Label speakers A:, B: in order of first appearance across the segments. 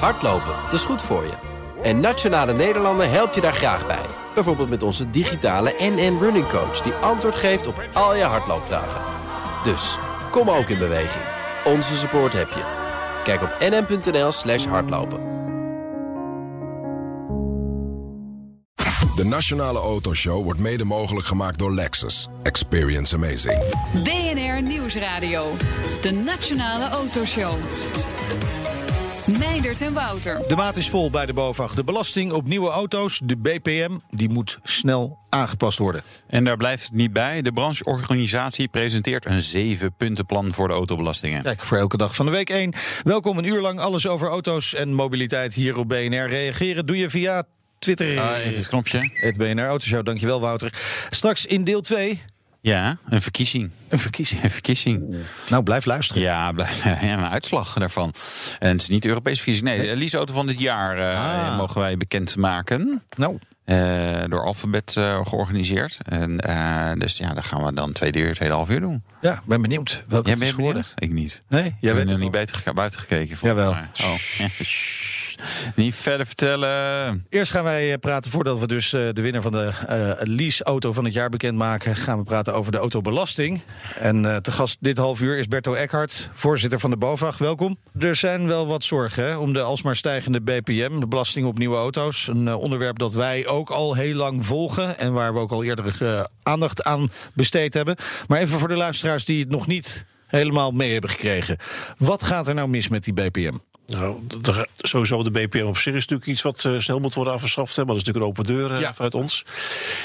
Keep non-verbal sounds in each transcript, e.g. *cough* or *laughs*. A: Hardlopen, dat is goed voor je. En Nationale Nederlanden helpt je daar graag bij. Bijvoorbeeld met onze digitale NN Running Coach... die antwoord geeft op al je hardloopvragen. Dus, kom ook in beweging. Onze support heb je. Kijk op nn.nl slash hardlopen.
B: De Nationale Autoshow wordt mede mogelijk gemaakt door Lexus. Experience amazing.
C: DNR Nieuwsradio. De Nationale Autoshow. Meindert en Wouter.
D: De maat is vol bij de BOVAG. De belasting op nieuwe auto's, de BPM, die moet snel aangepast worden.
E: En daar blijft het niet bij. De brancheorganisatie presenteert een zevenpuntenplan voor de autobelastingen.
D: Kijk, voor elke dag van de week één. Welkom een uur lang alles over auto's en mobiliteit hier op BNR. Reageren doe je via Twitter.
E: Ah, even het knopje.
D: het BNR Autoshow, dankjewel Wouter. Straks in deel 2
E: Ja, een verkiezing.
D: een verkiezing.
E: Een verkiezing.
D: Nou, blijf luisteren.
E: Ja, blij- *laughs* ja, een uitslag daarvan. En het is niet de Europese verkiezing. Nee, de leaseauto van dit jaar eh,
D: Ah.
E: mogen wij bekendmaken.
D: Nou,
E: Eh, door Alphabet eh, georganiseerd. En, eh, dus ja, daar gaan we dan tweede uur, tweede half uur doen.
D: ja, ben benieuwd welke
E: Jij
D: het is
E: bent
D: geworden.
E: benieuwd? Ik niet.
D: Nee, jij
E: ik
D: weet
E: ben er
D: het
E: niet
D: wel.
E: buiten, geka- buiten gekeken. volgens
D: Jawel.
E: mij. Oh. Sssst. *laughs* niet verder vertellen.
D: Eerst gaan wij eh, praten, voordat we dus eh, de winnaar van de eh, lease-auto van het jaar bekendmaken... gaan we praten over de autobelasting. En eh, te gast dit half uur is Berto Eckhart, voorzitter van de BOVAG. Welkom. Er zijn wel wat zorgen hè, om de alsmaar stijgende BPM, de belasting op nieuwe auto's. Een eh, onderwerp dat wij ook al heel lang volgen... en waar we ook al eerder eh, aandacht aan besteed hebben. Maar even voor de luisteraars die het nog niet helemaal mee hebben gekregen. Wat gaat er nou mis met die BPM?
F: Nou, d- d- sowieso de BPM op zich is natuurlijk iets wat eh, snel moet worden afgeschaft. Hè, maar dat is natuurlijk een open deur eh,
D: Ja.
F: vanuit ons.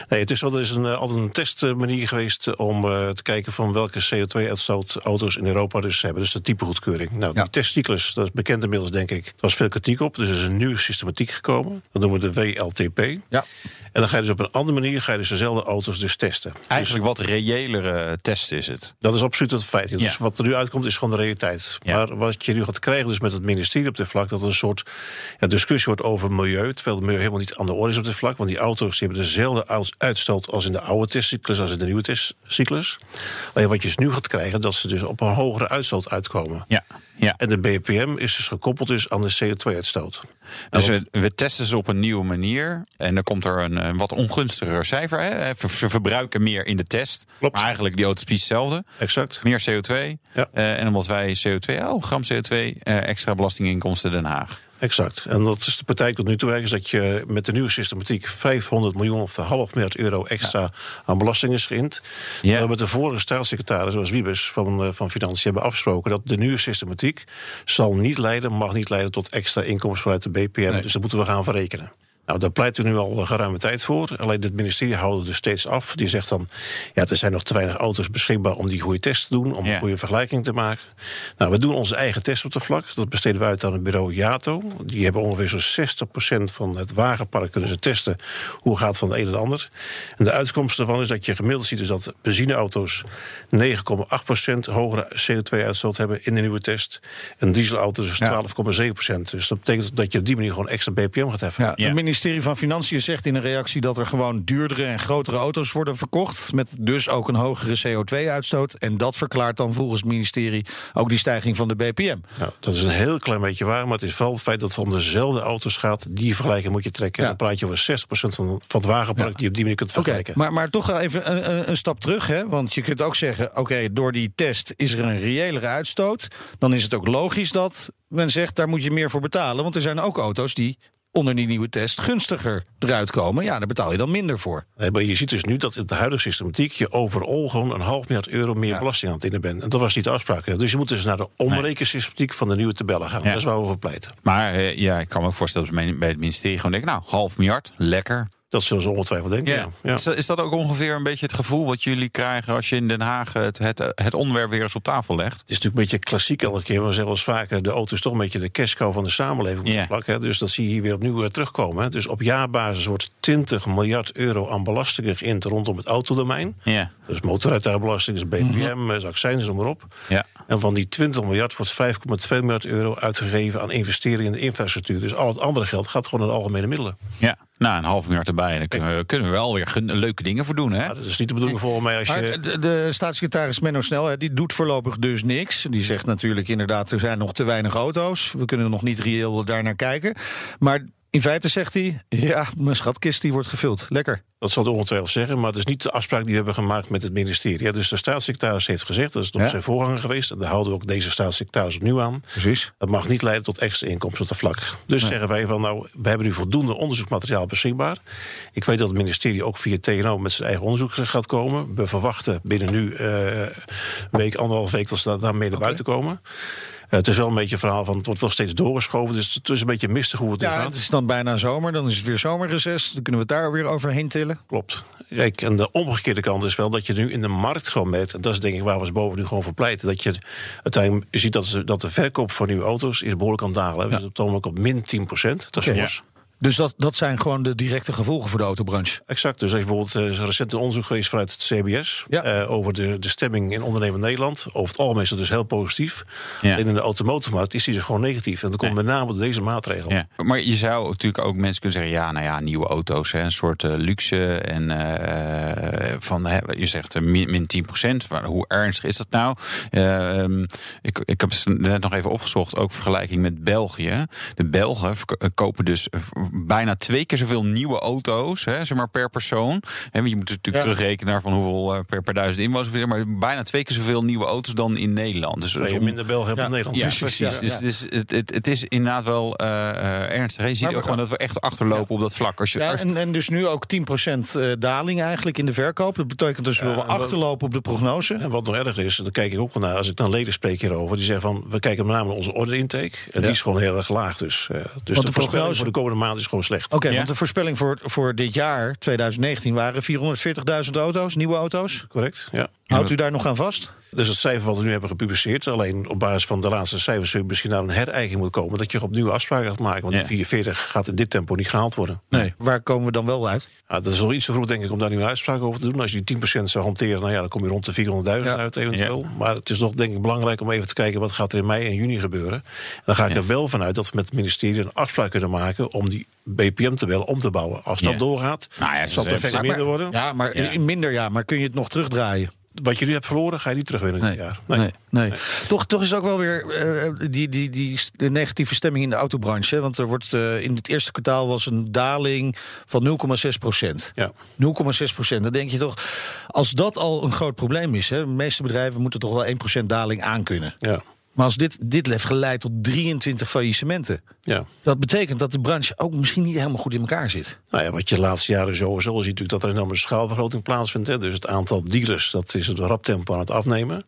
F: Nee, het is, wel, er is een, eh, altijd een testmanier geweest eh, om eh, te kijken van welke CO2-uitstoot auto's in Europa dus hebben. Dus de typegoedkeuring. Nou, die testcyclus, dat is bekend inmiddels denk ik. Er was veel kritiek op, dus er is een nieuwe systematiek gekomen. Dat noemen we de WLTP.
D: Ja.
F: En dan ga je dus op een andere manier ga je dus dezelfde auto's dus testen.
E: Eigenlijk wat reëlere test is het.
F: Dat is absoluut het feit. Dus
E: Ja.
F: wat er nu uitkomt is gewoon de realiteit.
E: Ja.
F: Maar wat je nu gaat krijgen dus met het ministerie op dit vlak... dat er een soort ja, discussie wordt over milieu... terwijl het milieu helemaal niet aan de orde is op dit vlak. Want die auto's die hebben dezelfde uit- uitstoot als in de oude testcyclus... als in de nieuwe testcyclus. Alleen wat je dus nu gaat krijgen... dat ze dus op een hogere uitstoot uitkomen.
E: Ja, ja.
F: En de BPM is dus gekoppeld dus aan de CO2-uitstoot. Nou,
E: Dus we, we testen ze op een nieuwe manier. En dan komt er een, eh, wat ongunstiger cijfer. Hè? Eh, Ver- Ze verbruiken meer in de test.
F: Klopt.
E: Maar eigenlijk die auto's precies hetzelfde.
F: Exact.
E: Meer CO2.
F: Ja.
E: Eh, en omdat wij CO2, oh, gram CO2, eh, extra belastinginkomsten Den Haag.
F: Exact. En dat is de partij tot nu toe eigenlijk, is dat je met de nieuwe systematiek 500 miljoen of een half miljard euro extra aan belasting is geïnd.
E: Ja.
F: We met de vorige staatssecretaris, zoals Wiebes van, eh, van Financiën, hebben afgesproken dat de nieuwe systematiek zal niet leiden, mag niet leiden tot extra inkomsten vanuit de BPM. Dus dat moeten we gaan verrekenen. Nou, daar pleiten we nu al een geruime tijd voor. Alleen het ministerie houdt het dus steeds af. Die zegt dan, ja, er zijn nog te weinig auto's beschikbaar om die goede test te doen, om
E: Ja.
F: een goede vergelijking te maken. Nou, we doen onze eigen test op de vlak. Dat besteden we uit aan het bureau Jato. Die hebben ongeveer zo'n 60% van het wagenpark kunnen ze testen. Hoe gaat het van de een en de ander. En de uitkomst daarvan is dat je gemiddeld ziet dus dat benzineauto's 9,8% hogere CO2-uitstoot hebben in de nieuwe test. En dieselauto's
D: Ja.
F: dus 12,7%. Dus dat betekent dat je op die manier gewoon extra BPM gaat heffen.
D: Ja,
E: Ja.
D: Het ministerie van Financiën zegt in een reactie dat er gewoon duurdere en grotere auto's worden verkocht. Met dus ook een hogere CO2-uitstoot. En dat verklaart dan volgens het ministerie ook die stijging van de BPM.
F: Nou, dat is een heel klein beetje waar, maar het is vooral het feit dat het om dezelfde auto's gaat. Die vergelijking moet je trekken.
D: Ja.
F: Dan praat je over 60% van, van het wagenpark die je op die manier kunt
D: Oké,
F: vergelijken.
D: maar, maar toch wel even een, een- een stap terug. Hè? Want je kunt ook zeggen, oké, door die test is er een reëlere uitstoot. Dan is het ook logisch dat men zegt, daar moet je meer voor betalen. Want er zijn ook auto's die onder die nieuwe test gunstiger eruit komen. Ja, daar betaal je dan minder voor.
F: Nee, maar je ziet dus nu dat in de huidige systematiek je overal gewoon een half miljard euro meer belasting aan het innen bent. En dat was niet de afspraak. hè. Dus je moet dus naar de omrekensystematiek van de nieuwe tabellen gaan.
E: Ja.
F: Dat is waar we voor pleiten.
E: Maar eh, ja, ik kan me ook voorstellen dat ze bij- bij het ministerie gewoon denken... nou, half miljard, lekker.
F: Dat zullen ze ongetwijfeld denken. Ja. Ja.
E: Is, dat, is dat ook ongeveer een beetje het gevoel wat jullie krijgen... als je in Den Haag het, het, het onderwerp weer eens op tafel legt?
F: Het is natuurlijk een beetje klassiek elke keer. maar We zeggen wel eens vaker, de auto is toch een beetje de cashcow van de samenleving op dit
E: Ja.
F: vlak. Hè. Dus dat zie je hier weer opnieuw eh, terugkomen. Hè. Dus op jaarbasis wordt 20 miljard euro aan belastingen geïnd rondom het autodomein.
E: Ja. Mhm.
F: Dus motorrijtuigbelasting, is BPM, eh, is accijns, noem maar op.
E: Ja.
F: En van die 20 miljard wordt 5,2 miljard euro uitgegeven aan investeringen in de infrastructuur. Dus al het andere geld gaat gewoon naar de algemene middelen.
E: Ja. Nou, een half miljard erbij. En dan kunnen we, kunnen we wel weer gun- leuke dingen voor doen. Hè?
F: Nou, dat is niet de bedoeling volgens mij als
D: Maar
F: je...
D: Eh, de, de staatssecretaris Menno Snel, hè, die doet voorlopig dus niks. Die zegt natuurlijk inderdaad, er zijn nog te weinig auto's. We kunnen nog niet reëel daarnaar kijken. Maar in feite zegt hij, ja, mijn schatkist die wordt gevuld. Lekker.
F: Dat zal de ongetwijfeld zeggen, maar dat is niet de afspraak die we hebben gemaakt met het ministerie. Ja, dus de staatssecretaris heeft gezegd, dat is nog
D: Ja.
F: zijn voorganger geweest, en daar houden we ook deze staatssecretaris opnieuw aan.
D: Precies.
F: Dat mag niet leiden tot extra inkomsten op de vlak. Dus zeggen wij van nou, we hebben nu voldoende onderzoeksmateriaal beschikbaar. Ik weet dat het ministerie ook via TNO met zijn eigen onderzoek gaat komen. We verwachten binnen nu eh, een week, anderhalf week dat ze daar- daarmee naar buiten komen. Eh, het is wel een beetje een verhaal van het wordt wel steeds doorgeschoven. Dus het is een beetje mistig hoe het nu
D: Ja,
F: gaat.
D: het is dan bijna zomer. Dan is het weer zomerreces. Dan kunnen we het daar weer overheen tillen.
F: Klopt. Kijk, en de omgekeerde kant is wel dat je nu in de markt gewoon merkt... en dat is denk ik waar we ons boven nu gewoon voor pleiten... dat je uiteindelijk ziet dat, de- dat de verkoop van nieuwe auto's is behoorlijk aan het dalen. hè. We zitten op het ogenblik op min 10 Dat is fors.
D: Dus dat, dat zijn gewoon de directe gevolgen voor de autobranche.
F: Exact. Dus er is bijvoorbeeld eh, is recent een onderzoek geweest vanuit het CBS...
D: Ja.
F: eh, over de, de stemming in ondernemen Nederland. Over het algemeen is dat dus heel positief.
E: Ja.
F: Alleen in de automotormarkt is die dus gewoon negatief. En dat komt met name door deze maatregel.
E: Ja. Maar je zou natuurlijk ook mensen kunnen zeggen: ja, nou ja, nieuwe auto's, hè, een soort eh, luxe. En eh, van, hè, je zegt eh, min, min 10%. Maar hoe ernstig is dat nou? Eh, ehm, ik, ik heb ze net nog even opgezocht, ook vergelijking met België. De Belgen verko- eh, kopen dus eh, bijna twee keer zoveel nieuwe auto's, hè, zeg maar per persoon. Hè, want je moet natuurlijk
D: Ja.
E: terugrekenen naar van hoeveel eh, per, per duizend inwoners. of weer, Maar bijna twee keer zoveel nieuwe auto's dan in Nederland. Dus,
F: Waar
E: dus
F: je
E: om-
F: minder Belgen hebt
D: Ja,
F: dan Nederland.
E: ja,
D: Precies,
E: precies.
D: ja,
E: Dus,
D: ja.
E: dus het, het, het is inderdaad wel eh, eh, ernstig. Je ziet
D: we
E: ook gewoon
D: gaan-
E: dat we echt achterlopen op dat vlak. Als je,
D: Ja,
E: als-
D: en, en dus nu ook 10% eh, daling eigenlijk in de verkoop. Dat betekent dus dat we achterlopen op de prognose.
F: En wat nog erger is, en daar kijk ik ook wel naar, als ik dan leden spreek hierover, die zeggen van we kijken met name naar onze order intake. En die is gewoon heel erg laag. Dus, eh, dus de,
D: de
F: voorspelling
D: prognose-
F: voor de komende maand is gewoon slecht.
D: Oké, want de voorspelling voor, voor dit jaar, 2019, waren 440.000 auto's, nieuwe auto's.
F: Correct? Ja.
D: Houdt u daar nog aan vast?
F: Dus het cijfer wat we nu hebben gepubliceerd, alleen op basis van de laatste cijfers, zul je misschien naar een herijking moet komen. Dat je opnieuw afspraken gaat maken. Want
E: Ja.
F: die 44 gaat in dit tempo niet gehaald worden.
D: Nee. Waar komen we dan wel uit?
F: Ja, dat is wel iets te vroeg, denk ik, om daar nu een uitspraak over te doen. Als je die 10% zou hanteren, nou ja, dan kom je rond de 400.000 uit eventueel. Maar het is nog, denk ik, belangrijk om even te kijken... wat gaat er in mei en juni gebeuren. En dan ga ik er wel vanuit dat we met het ministerie een afspraak kunnen maken... om die BPM-tabel om te bouwen. Als dat
E: Ja.
F: doorgaat,
E: Nou ja,
F: zal
E: ze
F: het effect
E: zeggen-
F: minder worden.
D: Ja, maar
E: Ja.
D: eh, minder ja, maar kun je het nog terugdraaien?
F: Wat je nu hebt verloren, ga je niet terugwinnen dit jaar.
D: Nee. nee, Toch, toch is ook wel weer eh, die, die, die s- de negatieve stemming in de autobranche. hè? Want er wordt, eh, in het eerste kwartaal was een daling van 0,6 procent.
F: Ja.
D: 0,6 procent. Dan denk je toch, als dat al een groot probleem is... Hè, de meeste bedrijven moeten toch wel 1 procent daling aankunnen.
F: Ja.
D: Maar als dit, dit heeft geleid tot 23 faillissementen...
F: ja.
D: dat betekent dat de branche ook misschien niet helemaal goed in elkaar zit.
F: Nou ja, wat je de laatste jaren sowieso ziet, natuurlijk dat er een enorme schaalvergroting plaatsvindt. Hè. Dus het aantal dealers, dat is het rap tempo aan het afnemen.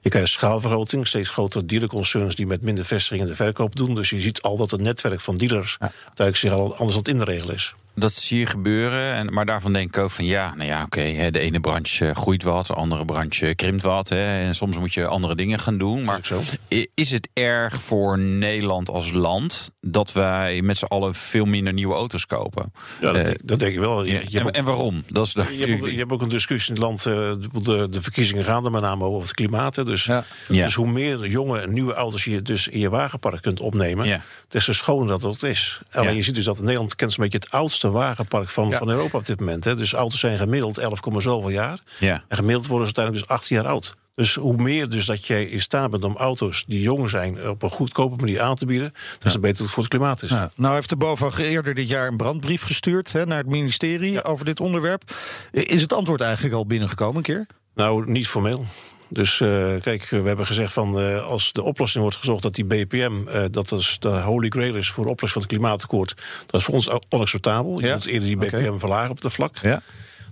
F: Je krijgt schaalvergroting, steeds grotere dealerconcerns die met minder vestigingen de verkoop doen. Dus je ziet al dat het netwerk van dealers uiteindelijk zich al anders aan het inregelen is.
E: dat zie je gebeuren. En, maar daarvan denk ik ook van ja, nou ja, oké. hè, de ene branche eh, groeit wat, de andere branche krimpt wat. Hè, en soms moet je andere dingen gaan doen. Maar
F: is ook zo.
E: i- is het erg voor Nederland als land dat wij met z'n allen veel minder nieuwe auto's kopen?
F: Ja, dat,
E: Eh,
F: dat denk ik wel. Je,
E: ja,
F: je
E: en,
F: hebt ook-
E: en waarom? Dat is de-
F: je hebt, ook, je hebt ook een discussie in het land. eh, De, de, de verkiezingen gaan er met name over het klimaat. hè. Dus,
D: Ja.
E: Ja.
F: dus hoe meer jonge en nieuwe ouders je dus in je wagenpark kunt opnemen,
E: Ja.
F: des te schoner dat het is. Alleen je ziet dus dat in Nederland kent een beetje het oudste wagenpark van, van Europa op dit moment. Hè. Dus auto's zijn gemiddeld 11, zoveel jaar.
E: Ja.
F: En gemiddeld worden ze uiteindelijk dus 18 jaar oud. Dus hoe meer dus dat jij in staat bent om auto's die jong zijn op een goedkope manier aan te bieden, des te beter het voor het klimaat is.
D: Nou, nou heeft de BOVAG eerder dit jaar een brandbrief gestuurd... Hè, naar het ministerie over dit onderwerp. Eh, Is het antwoord eigenlijk al binnengekomen een keer?
F: Nou, niet formeel. Dus eh, kijk, we hebben gezegd van eh, als de oplossing wordt gezocht dat die BPM, eh, dat is de holy grail is voor de oplossing van het klimaatakkoord, dat is voor ons onacceptabel. Je
D: Ja.
F: moet eerder die BPM
D: Oké.
F: verlagen op dat vlak.
D: Ja.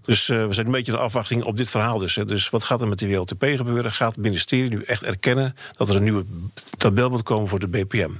F: Dus eh, we zijn een beetje in de afwachting op dit verhaal dus. Hè. Dus wat gaat er met die WLTP gebeuren? Gaat het ministerie nu echt erkennen dat er een nieuwe tabel moet komen voor de BPM?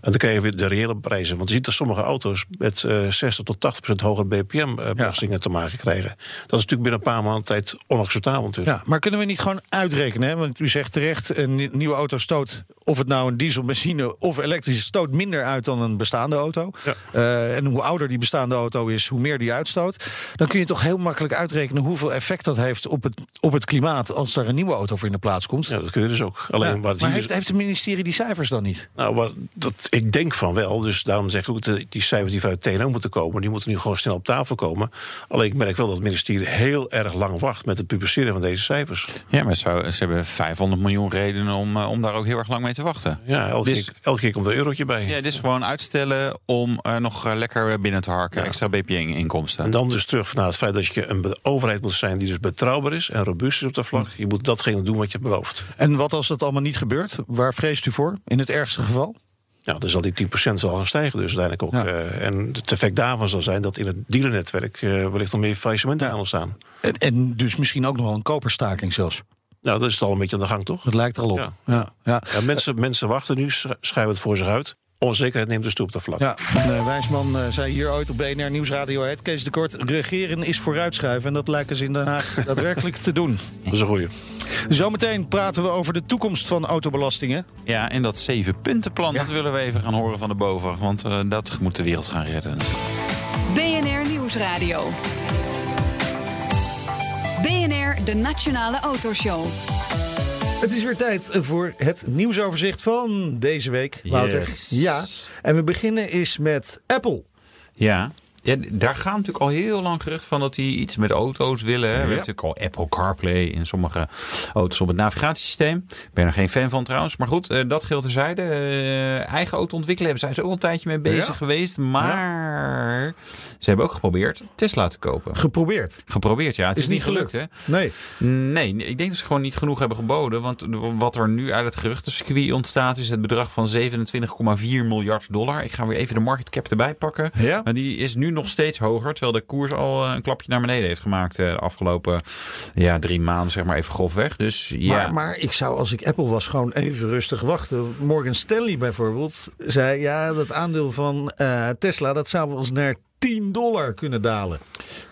F: En dan krijgen we weer de reële prijzen. Want je ziet dat sommige auto's met eh 60 tot 80 procent hogere BPM-belastingen eh, te maken krijgen. Dat is natuurlijk binnen een paar maanden tijd onacceptabel natuurlijk.
D: Ja, maar kunnen we niet gewoon uitrekenen? Hè? Want u zegt terecht, een ni- nieuwe auto stoot... of het nou een diesel, benzine of elektrisch... stoot minder uit dan een bestaande auto.
F: Ja.
D: Eh, en hoe ouder die bestaande auto is, hoe meer die uitstoot. Dan kun je toch heel makkelijk makkelijk uitrekenen hoeveel effect dat heeft op het, op het klimaat als daar een nieuwe auto voor in de plaats komt.
F: Ja, dat kun je dus ook. Alleen
D: Ja,
F: waar
D: maar
F: het hier
D: heeft,
F: dus-
D: heeft het ministerie die cijfers dan niet?
F: Nou, waar- dat, ik denk van wel. Dus daarom zeg ik ook dat die cijfers die vanuit TNO moeten komen, die moeten nu gewoon snel op tafel komen. Alleen ik merk wel dat het ministerie heel erg lang wacht met het publiceren van deze cijfers.
E: Ja, maar zo, ze hebben 500 miljoen redenen om, eh, om daar ook heel erg lang mee te wachten.
F: Ja, elke,
E: Dus-
F: keer, elke keer komt er een eurotje bij.
E: Ja, dit is gewoon uitstellen om eh, nog eh, lekker binnen te harken. Extra BPN-inkomsten.
F: En dan dus terug naar het feit dat je een be- overheid moet zijn die dus betrouwbaar is en robuust is op de vlak. Je moet datgene doen wat je belooft.
D: En wat als dat allemaal niet gebeurt? Waar vreest u voor? In het ergste geval?
F: Nou, dan zal die 10% zal gaan stijgen dus uiteindelijk ook.
D: Ja.
F: Eh, en het effect daarvan zal zijn dat in het dealernetwerk eh, wellicht nog meer faillissementen aan ontstaan.
D: En, en dus misschien ook nog wel een koperstaking zelfs.
F: Nou, dat is al een beetje aan de gang, toch?
D: Dat lijkt er al op.
F: Ja.
D: Ja, ja.
F: Ja, mensen, mensen wachten nu, sch- schuiven het voor zich uit. Onzekerheid neemt dus toe op de vlak.
D: Ja, een eh, wijsman eh, zei hier ooit op BNR Nieuwsradio... Het Kees de Kort, regeren is vooruitschuiven. En dat lijken ze in Den *laughs* Haag daadwerkelijk te doen.
F: Dat is een goeie.
D: Zometeen praten we over de toekomst van autobelastingen.
E: Ja, en dat zevenpuntenplan, dat willen we even gaan horen van de boven. Want eh, dat moet de wereld gaan redden.
C: BNR Nieuwsradio. BNR, de Nationale Autoshow.
D: Het is weer tijd voor het nieuwsoverzicht van deze week, Wouter.
E: Yes.
D: Ja, en we beginnen is met Apple.
E: Ja. Ja, d- daar gaan natuurlijk al heel lang gerucht van dat die iets met auto's willen. hè. We hebben natuurlijk al Apple CarPlay in sommige auto's op het navigatiesysteem. Ik ben er geen fan van trouwens. Maar goed, eh, dat geldt terzijde. Eh, eigen auto ontwikkelen hebben zij ze ook al een tijdje mee bezig
D: Ja.
E: geweest. Maar ze hebben ook geprobeerd Tesla te kopen.
D: Geprobeerd. Het
E: Geprobeerd, ja. Het is, niet gelukt, hè?
D: Nee.
E: Nee, nee, ik denk dat ze gewoon niet genoeg hebben geboden. Want wat er nu uit het geruchtencircuit ontstaat... is het bedrag van 27,4 miljard dollar. Ik ga weer even de market cap erbij pakken.
D: Ja.
E: Maar die is nu nog steeds hoger. Terwijl de koers al eh, een klapje naar beneden heeft gemaakt... eh, de afgelopen ja, drie maanden, zeg maar, even grofweg. Dus ja...
D: Maar, maar ik zou als ik Apple was gewoon even rustig wachten. Morgan Stanley bijvoorbeeld zei ja, dat aandeel van eh, Tesla dat zou wel eens naar 10 dollar kunnen dalen.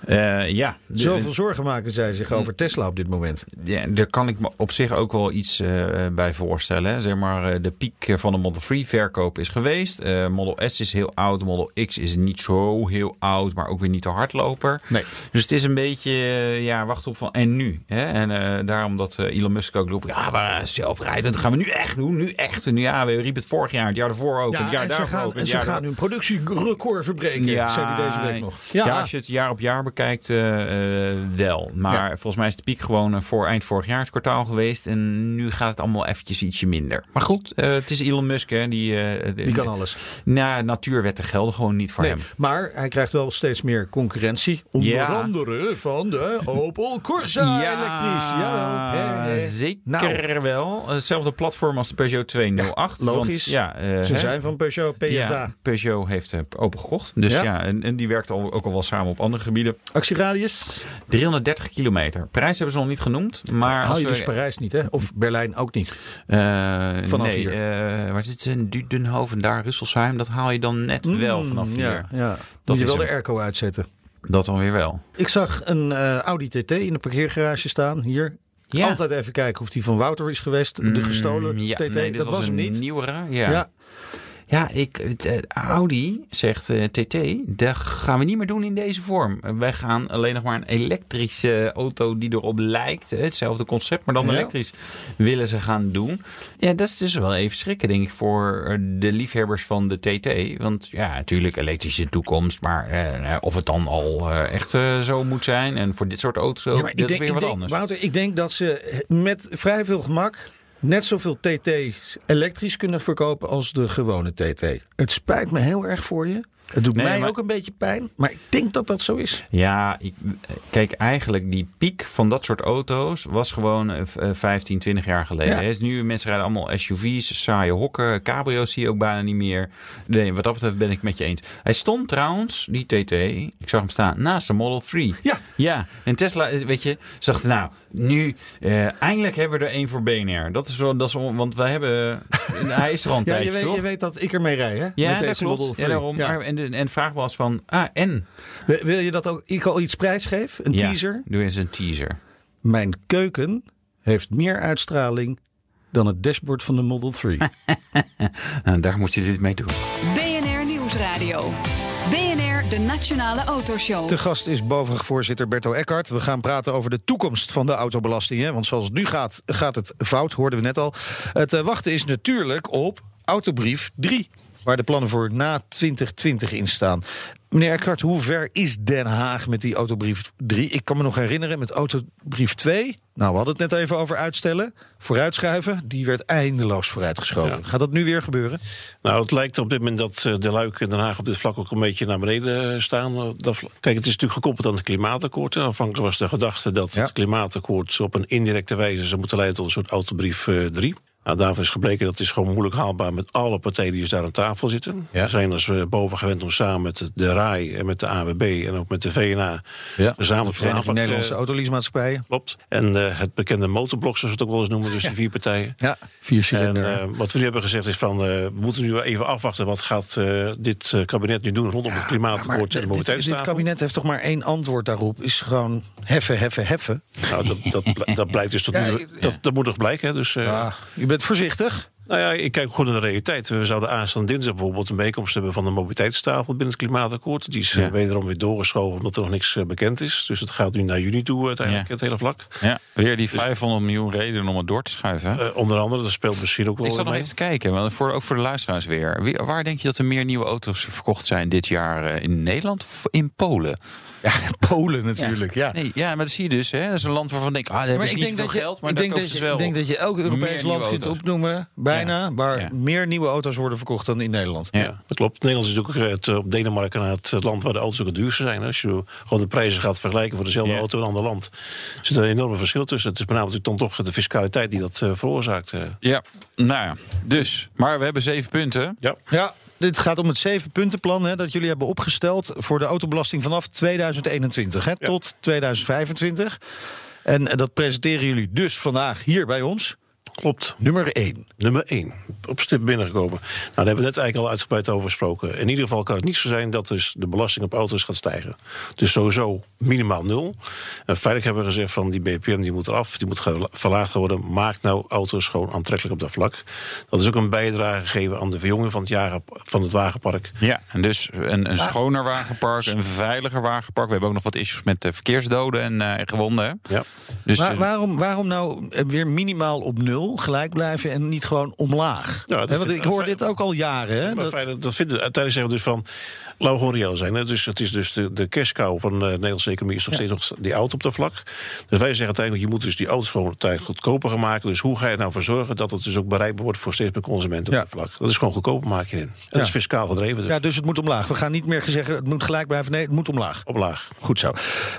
E: eh, ja,
D: Zoveel zorgen maken zij zich over Tesla op dit moment.
E: Ja, daar kan ik me op zich ook wel iets eh, bij voorstellen. hè. Zeg maar, eh, de piek eh, van de Model 3 verkoop is geweest. Eh, Model S is heel oud. Model X is niet zo heel oud, maar ook weer niet de hardloper.
D: Nee.
E: Dus het is een beetje, eh, ja, wacht op van en nu. Hè? En eh, daarom dat eh, Elon Musk ook roept, ja, maar zelfrijdend gaan we nu echt doen. Nu echt. En nu, ja, we riepen het vorig jaar, het jaar daarvoor ook. het jaar
D: en ze
E: daarvoor
D: gaan,
E: ook.
D: en
E: Het
D: ze
E: jaar
D: gaan
E: daarvoor.
D: hun productierecord verbreken, zei hij deze week nog.
E: Ja. als je het jaar op jaar bekijkt, eh, eh, wel. Maar
D: Ja.
E: volgens mij is de piek gewoon eh, voor eind vorig jaar het kwartaal geweest. En nu gaat het allemaal eventjes ietsje minder. Maar goed, eh, het is Elon Musk, hè. Die, eh,
D: die kan alles.
E: Nou, natuurwetten gelden gewoon niet voor
D: Nee,
E: hem.
D: maar hij krijgt wel steeds meer concurrentie. Onder
E: Ja.
D: andere van de Opel Corsa Eh, elektrisch. Jawel. Hè, hè.
E: zeker
D: Nou,
E: wel. Hetzelfde platform als de Peugeot 208.
D: Ja, logisch.
E: Want, ja, eh,
D: ze
E: hè,
D: zijn van Peugeot, PSA.
E: ja, Peugeot heeft eh, Opel gekocht. Dus
D: Ja.
E: ja, en, en die werkt al, ook al wel samen op andere gebieden.
D: Actieradius.
E: 330 kilometer. Prijs hebben ze nog niet genoemd. Maar
D: Haal
E: als
D: je
E: we-
D: dus Parijs niet, hè? Of Berlijn ook niet.
E: Eh,
D: Vanaf
E: nee,
D: hier.
E: eh, waar zit ze? Dudenhoven, daar, Russelsheim. Dat haal je dan net wel vanaf hier.
D: Mm, Ja, ja. Moet je
E: is
D: wel de
E: hem.
D: airco uitzetten.
E: Dat dan weer wel.
D: Ik zag een eh, Audi TT in de parkeergarage staan, hier.
E: Ja.
D: Altijd even kijken of die van Wouter is geweest. De gestolen
E: Mm, ja,
D: TT,
E: nee, dit
D: dat was, hem
E: een
D: niet.
E: Nieuwere,
D: Ja.
E: ja. ja. ik, het, eh, Audi zegt eh, TT, dat gaan we niet meer doen in deze vorm. Eh, Wij gaan alleen nog maar een elektrische auto die erop lijkt. eh, Hetzelfde concept, maar dan
D: Ja.
E: elektrisch willen ze gaan doen. Ja, dat is dus wel even schrikken, denk ik, voor eh, de liefhebbers van de TT. Want ja, natuurlijk, elektrische toekomst. Maar eh, of het dan al eh, echt eh, zo moet zijn. En voor dit soort auto's,
D: Ja,
E: ook,
D: maar
E: dat is weer wat anders.
D: Wouter, ik denk dat ze met vrij veel gemak net zoveel TT's elektrisch kunnen verkopen als de gewone TT. Het spijt me heel erg voor je. Het doet
E: Nee,
D: mij
E: maar-
D: ook een beetje pijn, maar ik denk dat dat zo is.
E: Ja, ik, kijk, eigenlijk die piek van dat soort auto's was gewoon eh, v- eh, 15, 20 jaar geleden.
D: Ja.
E: hè. Dus nu mensen rijden allemaal SUV's, saaie hokken, cabrio's zie je ook bijna niet meer. Nee, wat dat betreft ben ik met je eens. Hij stond trouwens, die TT, ik zag hem staan, naast de Model 3.
D: Ja.
E: Ja, en Tesla, eh, weet je, zag nou, nu, eh, eindelijk hebben we er één voor BNR. Dat is wel, dat is, wel- want wij hebben, eh, hij is er al een
D: *laughs* Ja,
E: tijdje,
D: je weet,
E: toch?
D: je weet dat ik ermee rij, hè?
E: ja,
D: met
E: dat
D: deze Model
E: klopt. Ja,
D: 3.
E: daarom.
D: Ja.
E: Maar- En, de- en de vraag was van, ah, en?
D: Wil wil je dat ook? Ik al iets prijsgeef, een
E: Ja,
D: teaser.
E: Doe eens een teaser.
D: Mijn keuken heeft meer uitstraling dan het dashboard van de Model 3. Nou,
E: En daar moet je dit mee doen.
C: BNR Nieuwsradio. BNR, de Nationale Autoshow.
D: Te gast is BOVAG-voorzitter Berto Eckart. We gaan praten over de toekomst van de autobelasting. Hè? Want zoals het nu gaat, gaat het fout, hoorden we net al. Het eh, wachten is natuurlijk op autobrief 3. Waar de plannen voor na 2020 in staan. Meneer Eckart, hoe ver is Den Haag met die autobrief 3? Ik kan me nog herinneren met autobrief 2. Nou, we hadden het net even over uitstellen. Vooruitschuiven, die werd eindeloos vooruitgeschoven.
F: Ja.
D: Gaat dat nu weer gebeuren?
F: Nou, het lijkt op dit moment dat eh, de luiken in Den Haag op dit vlak ook een beetje naar beneden eh, staan. Eh, dat vla- Kijk, het is natuurlijk gekoppeld aan het klimaatakkoord. hè. Aanvankelijk was de gedachte dat
D: Ja.
F: het klimaatakkoord op een indirecte wijze zou moeten leiden tot een soort autobrief 3. nou, daarvoor is gebleken dat het is gewoon moeilijk haalbaar met alle partijen die dus daar aan tafel zitten.
D: Ja.
F: We zijn als we boven gewend om samen met de RAI en met de AWB en ook met de VNA
D: Ja,
F: gezamenlijk
D: De Vereniging
F: aanpak,
D: Nederlandse
F: eh,
D: Autoleasemaatschappijen.
F: Klopt. En eh, het bekende motorblok, zoals we het ook wel eens noemen, dus die vier partijen.
D: Ja, vier
F: En
D: cilinder.
F: eh, wat we nu hebben gezegd is van, eh, we moeten nu even afwachten... wat gaat eh, dit eh, kabinet nu doen rondom het
D: Maar
F: klimaatakkoord
D: dit,
F: en de
D: dit- dit
F: mobiliteitstafel?
D: kabinet heeft toch maar één antwoord daarop. Is gewoon heffen, heffen, heffen.
F: Nou, dat, dat, bl- dat blijkt dus tot
D: Ja,
F: nu dat, dat moet nog blijken. Hè? Dus, eh,
D: Ah, u bent
E: *laughs*
D: voorzichtig.
F: Nou ja, ik kijk ook gewoon naar de realiteit. We zouden aanstaande dinsdag bijvoorbeeld een bijeenkomst hebben... van de mobiliteitstafel binnen het klimaatakkoord. Die is eh,
E: Ja.
F: wederom weer doorgeschoven omdat er nog niks eh, bekend is. Dus het gaat nu naar juni toe uiteindelijk,
E: Ja.
F: het hele vlak.
E: Ja, weer die 500 miljoen redenen om het door te schuiven. hè?
F: Eh, onder andere, dat speelt misschien ook wel
E: ik zat nog
F: mee.
E: even te kijken, want voor, ook voor de luisteraars weer. Wie- waar denk je dat er meer nieuwe auto's verkocht zijn dit jaar eh, in Nederland of in Polen?
D: Ja, Polen natuurlijk. Ja.
E: Nee, ja, maar dat zie je dus. Hè? Dat is een land waarvan ik denk, ah, daar hebben ze niet veel geld, maar
D: ik
E: daar
D: denk,
E: kopen
D: dat
E: ze
D: je,
E: wel
D: ik denk dat je elk
E: meer
D: Europees
E: nieuwe
D: land kunt
E: auto's.
D: opnoemen, bijna, waar
E: Ja.
D: meer nieuwe auto's worden verkocht dan in Nederland.
E: Ja.
F: Dat klopt. Nederland is natuurlijk eh, het, eh, op Denemarken na het eh, land waar de auto's ook het duurste zijn. Als je gewoon de prijzen gaat vergelijken voor dezelfde
E: Ja.
F: auto in een ander land, zit er een enorme verschil tussen. Het is met name natuurlijk dan toch de fiscaliteit die dat eh, veroorzaakt. eh.
E: Ja, nou ja, dus. Maar we hebben zeven punten.
F: Ja.
D: Ja, dit gaat om het zevenpuntenplan hè, dat jullie hebben opgesteld voor de autobelasting vanaf 2021 hè, tot 2025. En eh, dat presenteren jullie dus vandaag hier bij ons.
F: Klopt.
D: Nummer 1.
F: Nummer 1. Op stip binnengekomen. Nou, daar hebben we net eigenlijk al uitgebreid over gesproken. In ieder geval kan het niet zo zijn dat dus de belasting op auto's gaat stijgen. Dus sowieso minimaal nul. En feitelijk hebben we gezegd van die BPM die moet eraf, die moet gela- verlaagd worden. Maak nou auto's gewoon aantrekkelijk op dat vlak. Dat is ook een bijdrage gegeven aan de verjonging van het, jaren- van het wagenpark.
E: Ja, en dus een, een
D: Ah.
E: schoner wagenpark, een veiliger wagenpark. We hebben ook nog wat issues met eh, verkeersdoden en eh, gewonden. Hè?
F: Ja.
E: Dus
D: Maar
E: eh,
D: waarom, waarom nou eh, weer minimaal op nul gelijk blijven en niet gewoon omlaag?
F: Ja, dat
D: Hè, want
F: vind-
D: ik hoor
F: fijn-
D: dit ook al jaren. Hè?
F: Maar
D: Dat,
F: fijn, dat vinden, we. uiteindelijk zeggen we dus van, laten we gewoon reëel zijn. Hè? Dus het is dus de, de cashcow van de Nederlandse economie is nog steeds nog die auto op dat vlak. Dus wij zeggen uiteindelijk, je moet dus die auto's gewoon uiteindelijk goedkoper gaan maken. Dus hoe ga je er nou voor zorgen dat het dus ook bereikbaar wordt voor steeds meer consumenten
D: Ja.
F: op dat vlak? Dat is gewoon goedkoper maak je in. En dat is fiscaal gedreven, dus
D: ja, dus het moet omlaag. We gaan niet meer zeggen het moet gelijk blijven. Nee, het moet omlaag.
F: omlaag.
D: Goed zo.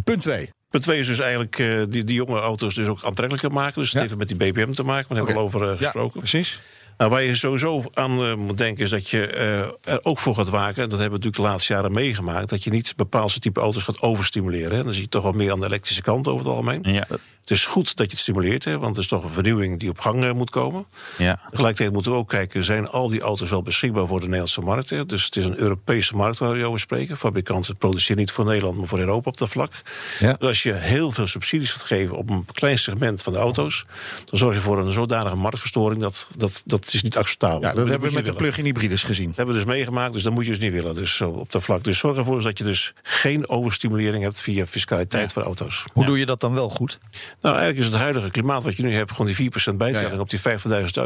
D: Punt 2.
F: Punt twee is dus eigenlijk eh, die, die jonge auto's dus ook aantrekkelijker maken. Dus het
D: Ja.
F: heeft met die BPM te maken, we hebben we al over eh, gesproken.
D: precies.
F: Nou, waar je sowieso aan eh, moet denken is dat je eh, er ook voor gaat waken. En dat hebben we natuurlijk de laatste jaren meegemaakt. Dat je niet bepaalde type auto's gaat overstimuleren. Hè. Dan zie je toch wat meer aan de elektrische kant over het algemeen.
E: Ja.
F: Het is goed dat je het stimuleert, hè, want het is toch een vernieuwing die op gang eh, moet komen.
E: ja.
F: Tegelijkertijd moeten we ook kijken, zijn al die auto's wel beschikbaar voor de Nederlandse markt? Hè? Dus het is een Europese markt waar we over spreken. Fabrikanten produceren niet voor Nederland, maar voor Europa op dat vlak.
D: Ja.
F: Dus als je heel veel subsidies gaat geven op een klein segment van de auto's... dan zorg je voor een zodanige marktverstoring, dat, dat, dat is niet acceptabel.
D: Ja, dat
F: moet
D: hebben we
F: je
D: met de
F: willen.
D: plug-in hybrides gezien.
F: Dat hebben we dus meegemaakt, dus dat moet je dus niet willen dus eh, op dat vlak. Dus zorg ervoor dus dat je dus geen overstimulering hebt via fiscaliteit voor auto's.
D: Hoe doe je dat dan wel goed?
F: Nou, eigenlijk is het huidige klimaat wat je nu hebt, gewoon die 4% bijtelling
D: Ja, ja.
F: op die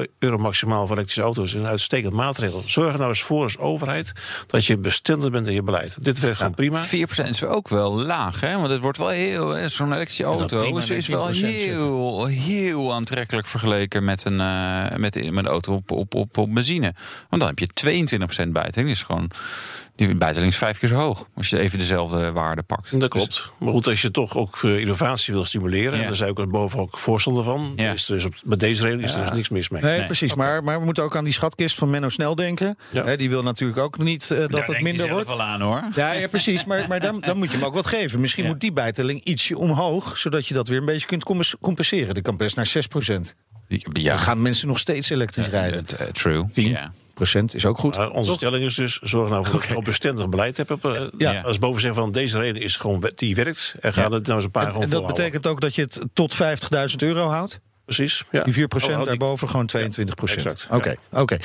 F: 50.000 euro maximaal voor elektrische auto's, is een uitstekend maatregel. Zorg er nou eens voor als overheid dat je bestendig bent in je beleid. Dit werkt gewoon prima.
E: 4% is ook wel laag, hè? Want het wordt wel heel. eh, Zo'n elektrische auto
D: prima
E: is, is
D: met
E: wel
D: 10%
E: heel, heel aantrekkelijk vergeleken met een, eh, met, met een auto op, op, op, op benzine. Want dan heb je 22% bijtelling. Is gewoon, die bijtelling is vijf keer zo hoog. Als je even dezelfde waarde pakt.
F: Dat klopt. Dus Maar goed, als je toch ook eh, innovatie wil stimuleren,
E: Ja.
F: en daar zijn we ook boven ook voorstander van,
E: Ja.
F: is er dus op, met deze reden is er dus niks mis mee.
D: Nee, precies. Maar, maar we moeten ook aan die schatkist van Menno Snel denken.
F: Ja.
D: Hè, die wil natuurlijk ook niet eh, dat het minder wordt.
E: wel aan hoor.
D: Ja, ja, precies. Maar, maar dan, dan moet je hem ook wat geven. Misschien moet die bijtelling ietsje omhoog, zodat je dat weer een beetje kunt compens- compenseren. Dat kan best naar 6
E: Ja,
D: Dan gaan mensen nog steeds elektrisch rijden.
E: eh, true.
D: 10
E: Ja.
D: is ook goed.
F: Maar onze stelling is dus, zorg nou voor dat je op bestendig beleid hebt. Op, eh,
D: Ja.
F: Als boven zeggen van deze reden is gewoon, we- die werkt, en gaan het nou eens een paar
D: En
F: gewoon
D: dat
F: volhouden.
D: betekent ook dat je het tot 50.000 euro houdt?
F: Precies. Ja.
D: Die 4 procent,
F: Oh, oh, die-
D: daarboven gewoon 22 procent.
F: exact, ja.
D: Oké, oké. Eh,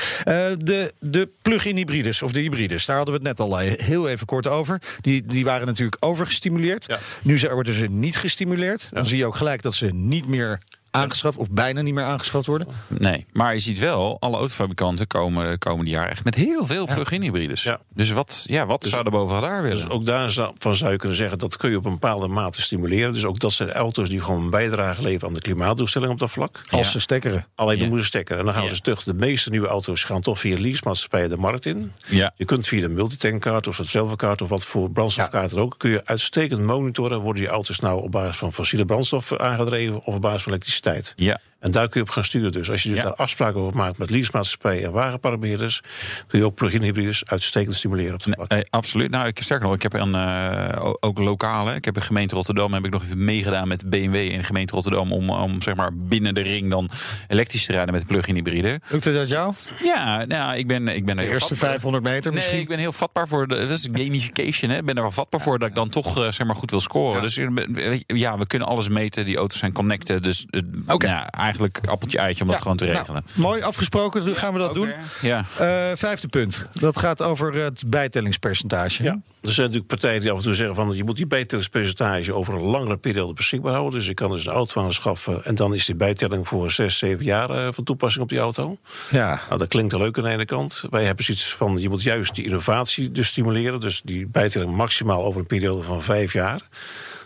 D: de, de plug-in hybrides, of de hybrides, daar hadden we het net al eh, heel even kort over. Die, die waren natuurlijk overgestimuleerd.
F: Ja.
D: Nu zijn- worden ze niet gestimuleerd. Dan zie je ook gelijk dat ze niet meer aangeschaft, of bijna niet meer aangeschaft worden.
E: Nee, maar je ziet wel, alle autofabrikanten komen de komende jaren echt met heel veel plug-in hybrides.
F: Ja.
E: Dus wat, ja, wat zou er boven gedaan willen?
F: Dus ook daar zou- van zou je kunnen zeggen dat kun je op een bepaalde mate stimuleren. Dus ook dat zijn auto's die gewoon een bijdrage leveren aan de klimaatdoelstelling op dat vlak.
D: Als
E: Ja.
D: ze stekkeren.
F: Alleen de
E: Ja.
F: moeder stekker. En dan gaan we
E: Ja.
F: dus terug. De meeste nieuwe auto's gaan toch via leasemaatschappijen de markt in.
E: Ja.
F: Je kunt via de multitankkaart of zelfkaart of wat voor brandstofkaart er ook. Kun je uitstekend monitoren. Worden die auto's nou op basis van fossiele brandstof aangedreven of op basis van elektriciteit?
E: Ja.
F: En daar kun je op gaan sturen. Dus als je dus
E: Ja.
F: daar afspraken over maakt met leasemaatschappijen en wagenparameters, kun je ook plug-in hybrides uitstekend stimuleren op dat vlak.
E: Eh, absoluut. Nou, ik, sterker nog, ik heb een, eh, o- ook lokale. Ik heb in gemeente Rotterdam heb ik nog even meegedaan met BMW in de gemeente Rotterdam om, om zeg maar binnen de ring dan elektrisch te rijden met plug-in hybride.
D: Lukte dat jou?
E: Ja, nou, ik ben, ik ben
D: De
E: er heel
D: eerste
E: vatbaar-
D: 500 meter misschien?
E: Nee, ik ben heel vatbaar voor. De, dat is gamification. Hè. Ik ben er wel vatbaar voor dat ik dan toch eh, zeg maar goed wil scoren. Dus eh, weet je, ja, we kunnen alles meten. Die auto's zijn connected. Dus eh,
D: Oké.
E: nou, eigenlijk appeltje eitje om dat
D: Ja,
E: gewoon te
D: nou,
E: regelen.
D: mooi afgesproken, nu gaan we dat
E: ook
D: doen.
E: weer. Ja.
D: Eh, vijfde punt. Dat gaat over het bijtellingspercentage.
F: Ja, er zijn natuurlijk partijen die af en toe zeggen van je moet die bijtellingspercentage over een langere periode beschikbaar houden. Dus je kan dus een auto aanschaffen en dan is die bijtelling voor 6, 7 jaar eh, van toepassing op die auto.
D: Ja.
F: Nou, dat klinkt leuk aan de ene kant. Wij hebben zoiets van je moet juist die innovatie dus stimuleren. Dus die bijtelling maximaal over een periode van 5 jaar.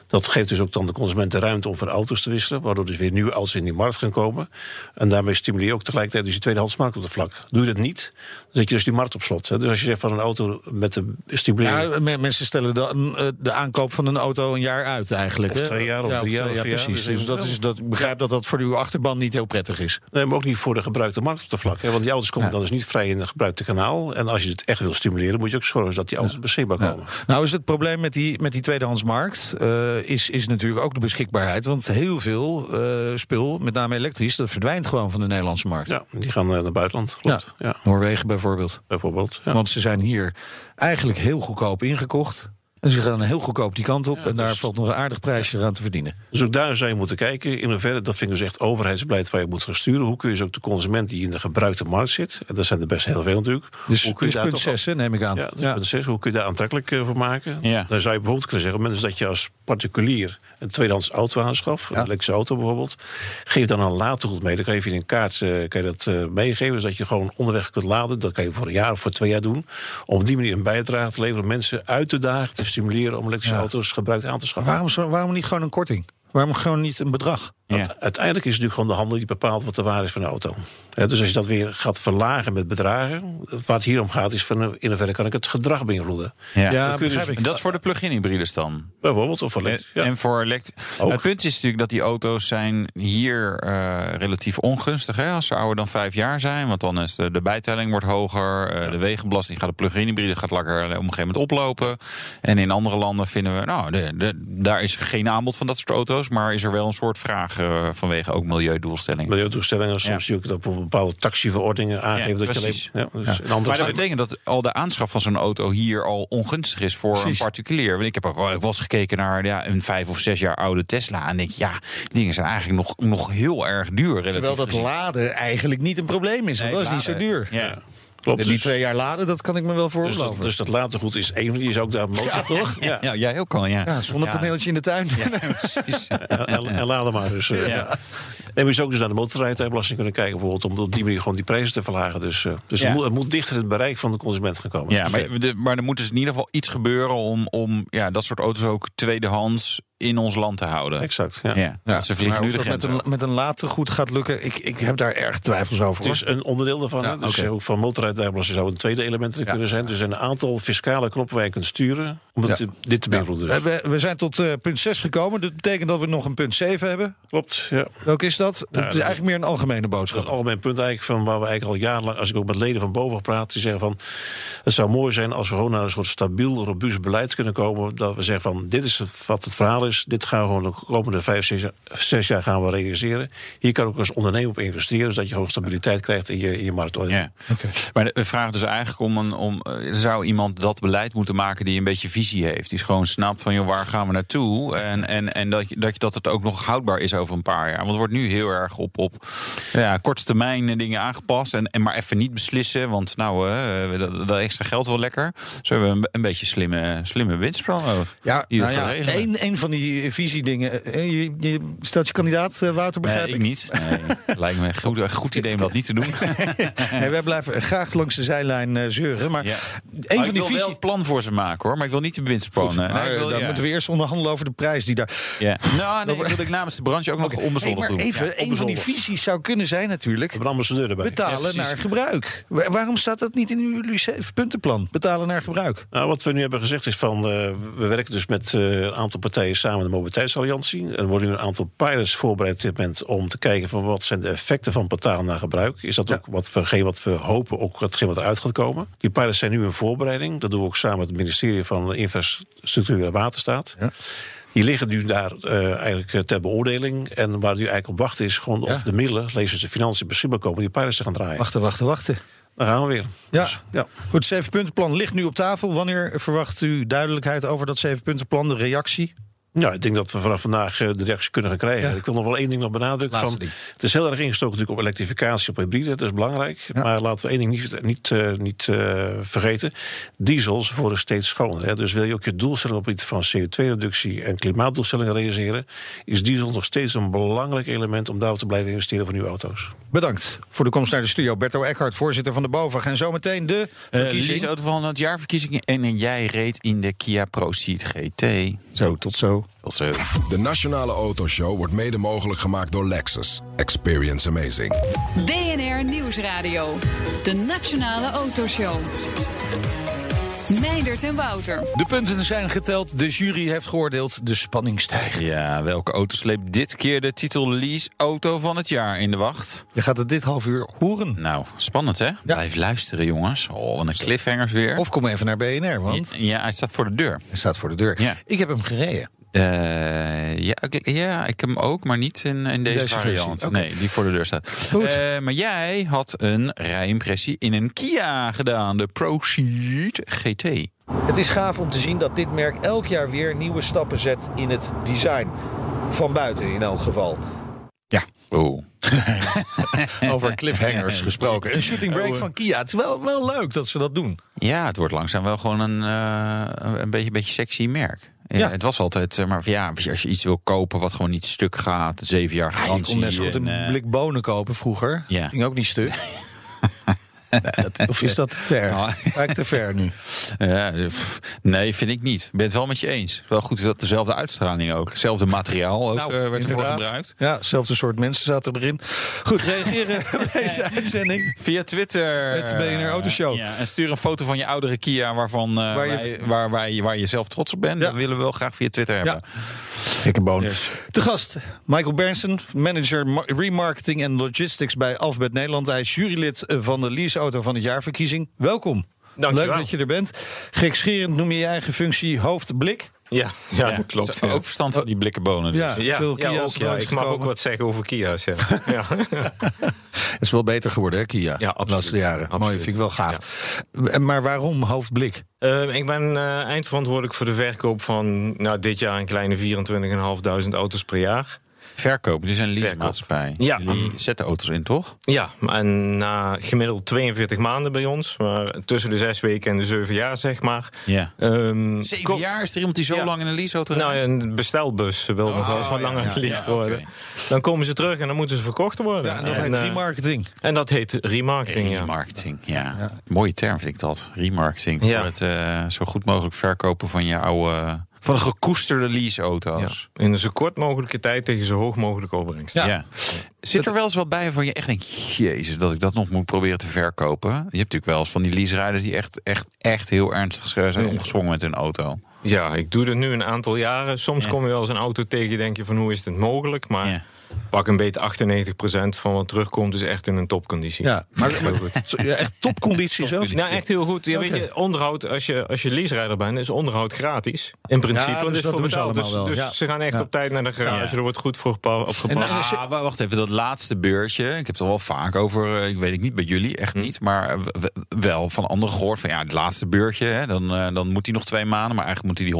F: Dat geeft dus ook dan de consument de ruimte om van auto's te wisselen, waardoor dus weer nieuwe auto's in die markt gaan komen. En daarmee stimuleer je ook tegelijkertijd dus die tweedehandsmarkt op dat vlak. Doe je dat niet, dan zet je dus die markt op slot. hè. Dus als je zegt van een auto met de stimulering.
D: Ja, me- mensen stellen dan eh, de aankoop van een auto een jaar uit eigenlijk.
F: Of
D: hè?
F: twee jaar, of
D: Ja,
F: drie jaar, of vier jaar.
D: precies.
F: Dus
D: Dus dat is, dat, ik begrijp dat dat voor uw achterban niet heel prettig is.
F: Nee, maar ook niet voor de gebruikte markt op de vlak. Hè? Want die auto's komen dan dus niet vrij in het gebruikte kanaal. En als je het echt wil stimuleren, moet je ook zorgen dat die auto's beschikbaar komen.
D: Nou is het probleem met die, met die tweedehandsmarkt eh, is, is natuurlijk ook de beschikbaarheid. Want heel veel eh, spul, met name elektrisch, dat verdwijnt gewoon van de Nederlandse markt.
F: Ja, die gaan eh, naar het buitenland, klopt. Ja.
D: Noorwegen bijvoorbeeld.
F: bijvoorbeeld. Ja.
D: Want ze zijn hier eigenlijk heel goedkoop ingekocht. En ze gaan heel goedkoop die kant op. en daar valt nog een aardig prijsje aan te verdienen.
F: Dus ook daar zou je moeten kijken. In hoeverre, dat vind ik dus echt overheidsbeleid waar je moet gaan sturen. Hoe kun je dus ook de consument die in de gebruikte markt zit... en dat zijn er best heel veel natuurlijk...
D: Dus,
F: hoe kun
D: dus
F: je daar
D: punt
F: toch
D: 6, neem ik aan.
F: Ja, dus dat is punt zes. Hoe kun je daar aantrekkelijk eh, voor maken?
E: Ja.
F: Dan zou je bijvoorbeeld kunnen zeggen... op het moment dat je als particulier een tweedehands auto aanschaft... een elektrische auto bijvoorbeeld... geef dan een laadtoegoed mee. Dan kan je via een kaart eh, kan je dat eh, meegeven... zodat je gewoon onderweg kunt laden. Dat kan je voor een jaar of voor twee jaar doen. Om op die manier een bijdrage te leveren... om mensen uit te dagen, te stimuleren... om elektrische auto's gebruikt aan te schaffen.
D: Waarom, zo- waarom niet gewoon een korting? Waarom gewoon niet een bedrag?
E: Ja.
F: Uiteindelijk is het natuurlijk gewoon de handel die bepaalt wat de waarde is van een auto. Hè, dus als je dat weer gaat verlagen met bedragen, het- waar het hier om gaat is van eh, in hoeverre kan ik het gedrag beïnvloeden.
D: Ja,
E: Ja.
F: kun je
D: begrijp
F: dus-
D: ik.
E: En dat is voor de plug-in hybrides dan.
F: Bijvoorbeeld, of alleen. Ja.
E: En voor elekt-
F: Ook.
E: Het punt is natuurlijk dat die auto's zijn hier eh relatief ongunstig. Hè? Als ze ouder dan vijf jaar zijn. Want dan is de, de bijtelling wordt hoger. eh, De wegenbelasting gaat de plug-in hybride gaat lekker op een gegeven moment oplopen. En in andere landen vinden we... Nou, de, de- daar is geen aanbod van dat soort auto's. Maar is er wel een soort vraag eh, vanwege ook milieudoelstellingen.
F: Milieudoelstellingen,
E: Ja.
F: soms zie ik dat bijvoorbeeld bepaalde taxiverordeningen aangeven
E: Ja,
F: dat je
E: precies.
F: alleen. Ja, dus een andere
E: Maar dat
F: tijd-
E: betekent dat al de aanschaf van zo'n auto hier al ongunstig is voor
D: Precies.
E: een particulier. Want ik heb ook wel ik was gekeken naar ja, een vijf of zes jaar oude Tesla. En denk, ja, die dingen zijn eigenlijk nog, nog heel erg duur. Relatief
D: Terwijl dat
E: gezien.
D: laden eigenlijk niet een probleem is. Want
E: Nee,
D: dat is niet zo
E: laden.
D: duur.
E: Ja.
F: klopt.
D: Die
F: Dus-
D: twee jaar laden, dat kan ik me wel
F: dus, dat,
D: voorstellen.
F: dus dat latergoed is één van die is ook daar mogelijk. Ja, toch? Ja.
E: Ja, jij ook al, ja.
D: ja, zonnepaneeltje in de tuin. *laughs*
E: Ja, precies.
F: En, en, en laden maar dus. eh,
E: Ja.
F: Nee, maar je zou ook dus naar de motorrijtuigbelasting kunnen kijken, bijvoorbeeld, om op die manier gewoon die prijzen te verlagen. Dus, eh, dus
E: Ja.
F: het, moet, het moet dichter in het bereik van de consument gaan komen.
E: Ja, maar, de- maar er moet dus in ieder geval iets gebeuren om, om ja, dat soort auto's ook tweedehands in ons land te houden.
F: Exact. Ja.
E: Ja, want ze vliegen nu de
D: met,
E: grens
D: een,
E: over.
D: met een later goed gaat lukken, ik, ik heb daar erg twijfels over.
F: Het
D: hoor.
F: is een onderdeel daarvan. hè. dus
D: oké.
F: ook van motorrijtuigbelasting zou een tweede element erin kunnen zijn. Dus er zijn een aantal fiscale knoppen waar je kunt sturen om dat
D: Ja.
F: te- dit te beïnvloeden.
D: Eh, we, we zijn tot eh, punt 6 gekomen. Dat betekent dat we nog een punt 7 hebben.
F: Klopt. Ja.
D: Welk is dat? dat is eigenlijk meer een algemene
F: Dat is
D: boodschap.
F: het algemeen punt eigenlijk van waar we eigenlijk al jarenlang, als ik ook met leden van boven praat, die zeggen van het zou mooi zijn als we gewoon naar een soort stabiel, robuust beleid kunnen komen. Dat we zeggen van dit is wat het verhaal is. Dit gaan we gewoon de komende vijf, zes, jaar- zes jaar gaan we realiseren. Hier kan ook als ondernemer op investeren, zodat je gewoon stabiliteit krijgt in je, in je markt.
E: Ja. Maar de vraag dus eigenlijk om een om eh, zou iemand dat beleid moeten maken die een beetje visie heeft. Die is gewoon snapt van joh, waar gaan we naartoe? En, en, en dat, je, dat, je, dat het ook nog houdbaar is over een paar jaar. Want het wordt nu heel erg op, op ja, korte termijn eh, dingen aangepast. En, en maar even niet beslissen. Want nou, eh, dat, dat extra geld wel lekker. Zo hebben we een, een beetje slimme, slimme winstplan nodig.
D: Ja,
E: Die dat
D: nou
E: gaat
D: ja
E: regelen.
D: een, een van die visiedingen. eh, Je, je stelt je kandidaat, eh, Wouter, begrijp
E: Nee, ik niet. Nee, lijkt me een goed, een goed idee om dat niet te doen.
D: *laughs* Hey, wij blijven graag langs de zijlijn eh, zeuren. Maar
E: Ja.
D: een
E: Maar
D: van
E: ik
D: die
E: wil wel
D: visie...
E: het plan voor ze maken hoor, maar ik wil niet de winstplan. Nee,
D: Maar,
E: ik
D: eh,
E: wil-
D: dan
E: ja.
D: moeten we eerst onderhandelen over de prijs die daar...
E: *laughs* Ja. Nou, nee, dat wil ik namens de branche ook nog
D: Hey,
E: onbezoldigd
D: maar
E: doen.
D: even,
E: Ja.
D: een van die visies zou kunnen zijn natuurlijk...
F: hebben ambassadeur erbij.
D: Betalen
E: Ja, precies.
D: naar gebruik. Wa- Waarom staat dat niet in uw LUCF puntenplan? Betalen naar gebruik.
F: Nou, wat we nu hebben gezegd is van, eh, we werken dus met eh, een aantal partijen samen de Mobiliteitsalliantie. Er worden nu een aantal pilots voorbereid op dit moment om te kijken van wat zijn de effecten van betalen naar gebruik. Is dat ook wat we, hetgeen wat we hopen, ook hetgeen wat eruit gaat komen? Die pilots zijn nu in voorbereiding. Dat doen we ook samen met het ministerie van Infrastructuur en Waterstaat. Die liggen nu daar eh, eigenlijk eh, ter beoordeling. En waar nu eigenlijk op wacht is gewoon of de middelen, lees dus de financiën, beschikbaar komen om die pilots te gaan draaien.
D: Wachten, wachten, wachten.
F: Daar gaan we weer.
D: Ja.
F: Dus, ja.
D: Goed, het zevenpuntenplan ligt nu op tafel. Wanneer verwacht u duidelijkheid over dat zevenpuntenplan, de reactie?
F: Nou, ik denk dat we vanaf vandaag eh, de reactie kunnen gaan krijgen.
D: Ja.
F: Ik wil nog wel één ding nog benadrukken.
D: Laatste
F: Van,
D: ding.
F: het is heel erg ingestoken natuurlijk op elektrificatie, op hybride. Dat is belangrijk. Maar laten we één ding niet, niet, eh, niet eh, vergeten. Diesels worden steeds schoner. Hè. Dus wil je ook je doelstelling op het gebied van CO2-reductie en klimaatdoelstellingen realiseren... is diesel nog steeds een belangrijk element om daarop te blijven investeren voor nieuwe auto's.
D: Bedankt voor de komst naar de studio. Berto Eckhart, voorzitter van de BOVAG. En zometeen de
E: Eh,
D: verkiezing.
E: leaseauto van het jaarverkiezingen. En eh, jij reed in de Kia ProSeed GT.
D: zo, tot zo.
E: Dat is, eh,
B: De Nationale Autoshow wordt mede mogelijk gemaakt door Lexus. Experience amazing.
C: BNR Nieuwsradio. De Nationale Autoshow. Meindert en Wouter.
D: De punten zijn geteld, de jury heeft geoordeeld, de spanning stijgt.
E: Ja, welke auto sleept dit keer de titel Lease Auto van het jaar in de wacht?
D: Je gaat het dit half uur horen.
E: Nou, spannend hè? Blijf luisteren jongens. Oh, wat een cliffhangers weer.
D: Of kom even naar BNR, want
E: Ja, hij staat voor de deur.
D: hij staat voor de deur.
E: Ja.
D: Ik heb hem gereden.
E: Eh, ja, ik, ja, ik heb hem ook, maar niet in, in deze,
D: Deze versie,
E: variant.
D: oké.
E: Nee, die voor de deur staat.
D: Goed.
E: Eh, maar jij had een rijimpressie in een Kia gedaan. De ProSeed GT.
D: Het is gaaf om te zien dat dit merk elk jaar weer nieuwe stappen zet in het design. Van buiten in elk geval.
E: Oh.
D: Over cliffhangers gesproken. Eh, *laughs* Een shooting break van Kia. Het is wel, wel leuk dat ze dat doen.
E: Ja, het wordt langzaam wel gewoon een, eh, een beetje, beetje sexy merk. Ja,
D: Ja.
E: Het was altijd, eh, maar ja, als je- als je iets wil kopen wat gewoon niet stuk gaat, zeven jaar
D: Ja, ik
E: garantie.
D: kon net zo goed een
E: en, eh,
D: blik bonen kopen vroeger.
E: Ja.
D: Ging ook niet stuk.
E: *laughs*
D: Nee, dat- of is dat te ver?
E: Oh.
D: *laughs* Lijkt te ver nu.
E: Ja, eh, pff, nee, vind ik niet. Ik ben het wel met je eens. Wel goed dat dezelfde uitstraling ook. Hetzelfde materiaal ook eh, werd ervoor
D: Nou, inderdaad.
E: gebruikt.
D: Ja, zelfde soort mensen zaten erin. Goed,
E: *laughs*
D: reageren op deze uitzending.
E: Via Twitter.
D: Het BNR Autoshow.
E: Ja, en stuur een foto van je oudere Kia waarvan, eh,
D: Waar je-
E: wij- waar, waar, je- waar je zelf trots op bent.
D: Ja.
E: Dat willen we wel graag via Twitter hebben.
D: Gekke bonus.
E: Dus.
D: Te gast Michael Bernsen, manager ma- remarketing en logistics bij Alphabet Nederland. Hij is jurylid eh, van de leaseauto van het jaarverkiezing. Welkom.
G: Dankjewel.
D: Leuk dat je er bent. Gekscherend noem je je eigen functie hoofdblik.
G: Ja, ja,
E: Ja,
G: klopt.
E: Zo-
G: ja.
E: Ook verstand van die blikken bonen. dus.
D: Ja,
G: Ja,
D: veel
G: ja,
D: Kia's
G: ook, ja, ik mag
D: langsgekomen.
G: ook wat zeggen over Kia's. Ja, ja.
D: Het is wel beter geworden, hè, Kia?
G: Ja, absoluut.
D: De laatste jaren. Mooi,
G: Absoluut.
D: vind ik wel gaaf. Eh, Maar waarom hoofdblik?
G: *laughs* Ehm, ik ben eh, eindverantwoordelijk voor de verkoop van nou, dit jaar een kleine 24.500 auto's per jaar.
E: Verkopen, Mm. dit is een leasemaatschappij.
G: Ja.
E: Jullie zetten auto's in, toch?
G: Ja, en na gemiddeld 42 maanden bij ons, maar tussen de zes weken en de zeven jaar zeg maar.
E: Ja.
G: Ehm,
E: Zeven
G: ko-
E: jaar is er iemand die zo
G: Ja.
E: lang in een leaseauto
G: Nou,
E: rijdt?
G: een bestelbus wil nog wel eens wat langer geleased
E: ja, oké.
G: worden. Dan komen ze terug en dan moeten ze verkocht worden.
D: Ja, en dat heet
G: eh,
D: remarketing.
G: en dat heet remarketing, ja.
E: Remarketing, ja. Mooie term vind ik dat. Remarketing.
G: Ja.
E: Voor het eh, zo goed mogelijk verkopen van je oude... Van de gekoesterde leaseauto's.
G: Ja, In zo kort mogelijke tijd tegen zo hoog mogelijke opbrengst.
E: Ja. Zit er wel eens wat bij van je echt denkt... Jezus, dat ik dat nog moet proberen te verkopen. Je hebt natuurlijk wel eens van die lease-rijders... die echt, echt, echt heel ernstig zijn omgesprongen met hun auto.
G: Ja, ik doe dat nu een aantal jaren. Soms
E: Ja.
G: kom je wel eens een auto tegen, denk je van hoe is dit mogelijk? Maar
E: Ja.
G: pak een beetje 98% van wat terugkomt is echt in een topconditie.
D: Ja, maar
G: Heel goed.
D: zo- ja,
G: *laughs*
D: echt topconditie zelfs.
G: Nou, echt heel goed. Ja, weet je, onderhoud, als je, als je leaserijder bent, is onderhoud gratis. In principe.
D: Ja,
G: Er
D: dus
G: is
D: dat
G: voor
D: doen ze
G: betaald. dus
D: allemaal wel,
G: dus
D: ja.
G: ze gaan echt
D: Ja.
G: op tijd naar de garage.
E: Ja.
G: Er wordt goed voor gepa- op gepast.
E: En, ah, wa- wacht even, dat laatste beurtje. Ik heb het er wel vaak over, eh, ik weet het niet, bij jullie
G: Hm.
E: echt niet. Maar eh, w- w- wel van anderen gehoord van ja, het laatste beurtje. Hè, dan, eh, dan moet hij nog twee maanden, maar eigenlijk moet hij die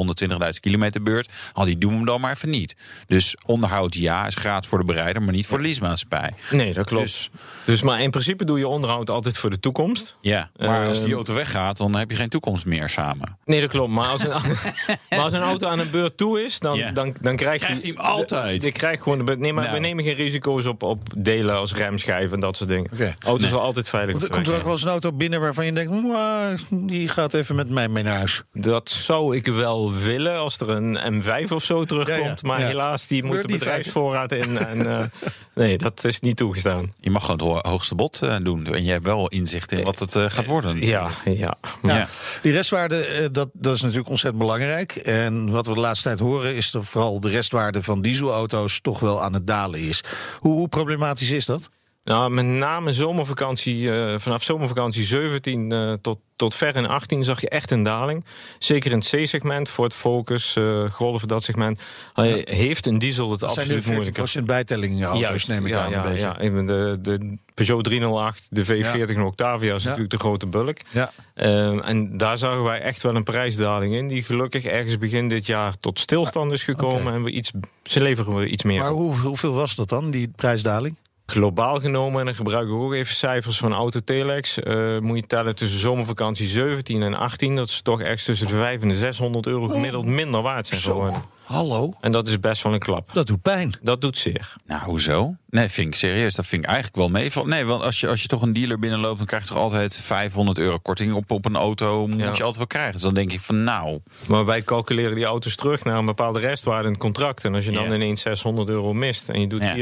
E: 120.000 kilometer beurt. Al die doen we hem dan maar even niet. Dus onderhoud ja, is gratis voor de bereider, maar niet voor de leasemaatschappij.
G: Nee, dat klopt.
E: Dus-
G: Dus, maar in principe doe je onderhoud altijd voor de toekomst.
E: Ja, maar als die
G: Ehm,
E: auto weggaat, dan heb je geen toekomst meer samen.
G: Nee, dat klopt. Maar als een, *laughs* maar als een auto aan een beurt toe is, dan,
E: Ja.
G: dan, dan krijgt,
E: Krijgt
G: die-
E: hij hem altijd.
G: Je krijgt gewoon de beurt. Nee, maar
E: Nou.
G: we nemen geen risico's op, op delen als remschijven en dat soort dingen.
D: Oké.
G: Auto zal altijd veilig
D: Want er
G: op
D: komt er
G: weg
D: ook wel eens een auto binnen waarvan je denkt... "Mwah, die gaat even met mij mee naar huis.
G: Dat zou ik wel willen als er een M5 of zo terugkomt.
D: Ja, ja,
G: maar
D: ja.
G: helaas, die moet
D: Gebeurt
G: de
D: niet vaak, hè?
G: bedrijfsvoorraad in. En, eh, *laughs* nee, dat is niet toegestaan.
E: Je mag gewoon het ho- hoogste bod eh, doen. En je hebt wel inzicht in wat het eh, gaat worden.
G: Ja, ja.
E: Ja.
D: Die restwaarde, eh, dat, dat is natuurlijk ontzettend belangrijk. En wat we de laatste tijd horen is dat vooral de restwaarde van dieselauto's toch wel aan het dalen is. Hoe, hoe problematisch is dat?
G: Nou, met name zomervakantie, eh, vanaf zomervakantie 17 eh, tot, tot ver in 18 zag je echt een daling. Zeker in het C-segment, Ford Focus, eh Golf, dat segment. Hij Heeft een diesel het
D: Dat zijn nu
G: absoluut moeilijker.
D: 40% bijtelling auto's,
G: Juist,
D: neem ik
G: ja,
D: aan.
G: ja,
D: een beetje.
G: ja. En De, de Peugeot 308, de V40 en Octavia is
D: Ja.
G: natuurlijk de grote bulk.
D: Ja.
G: Ehm, en daar zagen wij echt wel een prijsdaling in, die gelukkig ergens begin dit jaar tot stilstand is gekomen.
D: Oké.
G: En we iets, ze leveren we iets meer.
D: Maar
G: op.
D: hoe, hoeveel was dat dan, die prijsdaling?
G: Globaal genomen, en dan gebruik ik ook even cijfers van Autotelex, eh moet je tellen tussen zomervakantie 17 en 18. Dat ze toch echt tussen de 500 en de 600 euro gemiddeld minder waard zijn geworden.
D: hallo.
G: En dat is best wel een klap.
D: Dat doet pijn.
G: Dat doet zeer.
E: Nou, hoezo? Nee, vind ik serieus. Dat vind ik eigenlijk wel mee. Nee, want als je, als je toch een dealer binnenloopt, dan krijg je toch altijd 500 euro korting op, op een auto. Moet
G: Ja.
E: je altijd wel krijgen. Dus dan denk ik van nou,
G: Maar wij calculeren die auto's terug naar een bepaalde restwaarde in het contract. En als je dan
E: Ja.
G: ineens 600 euro mist en je doet
E: Ja.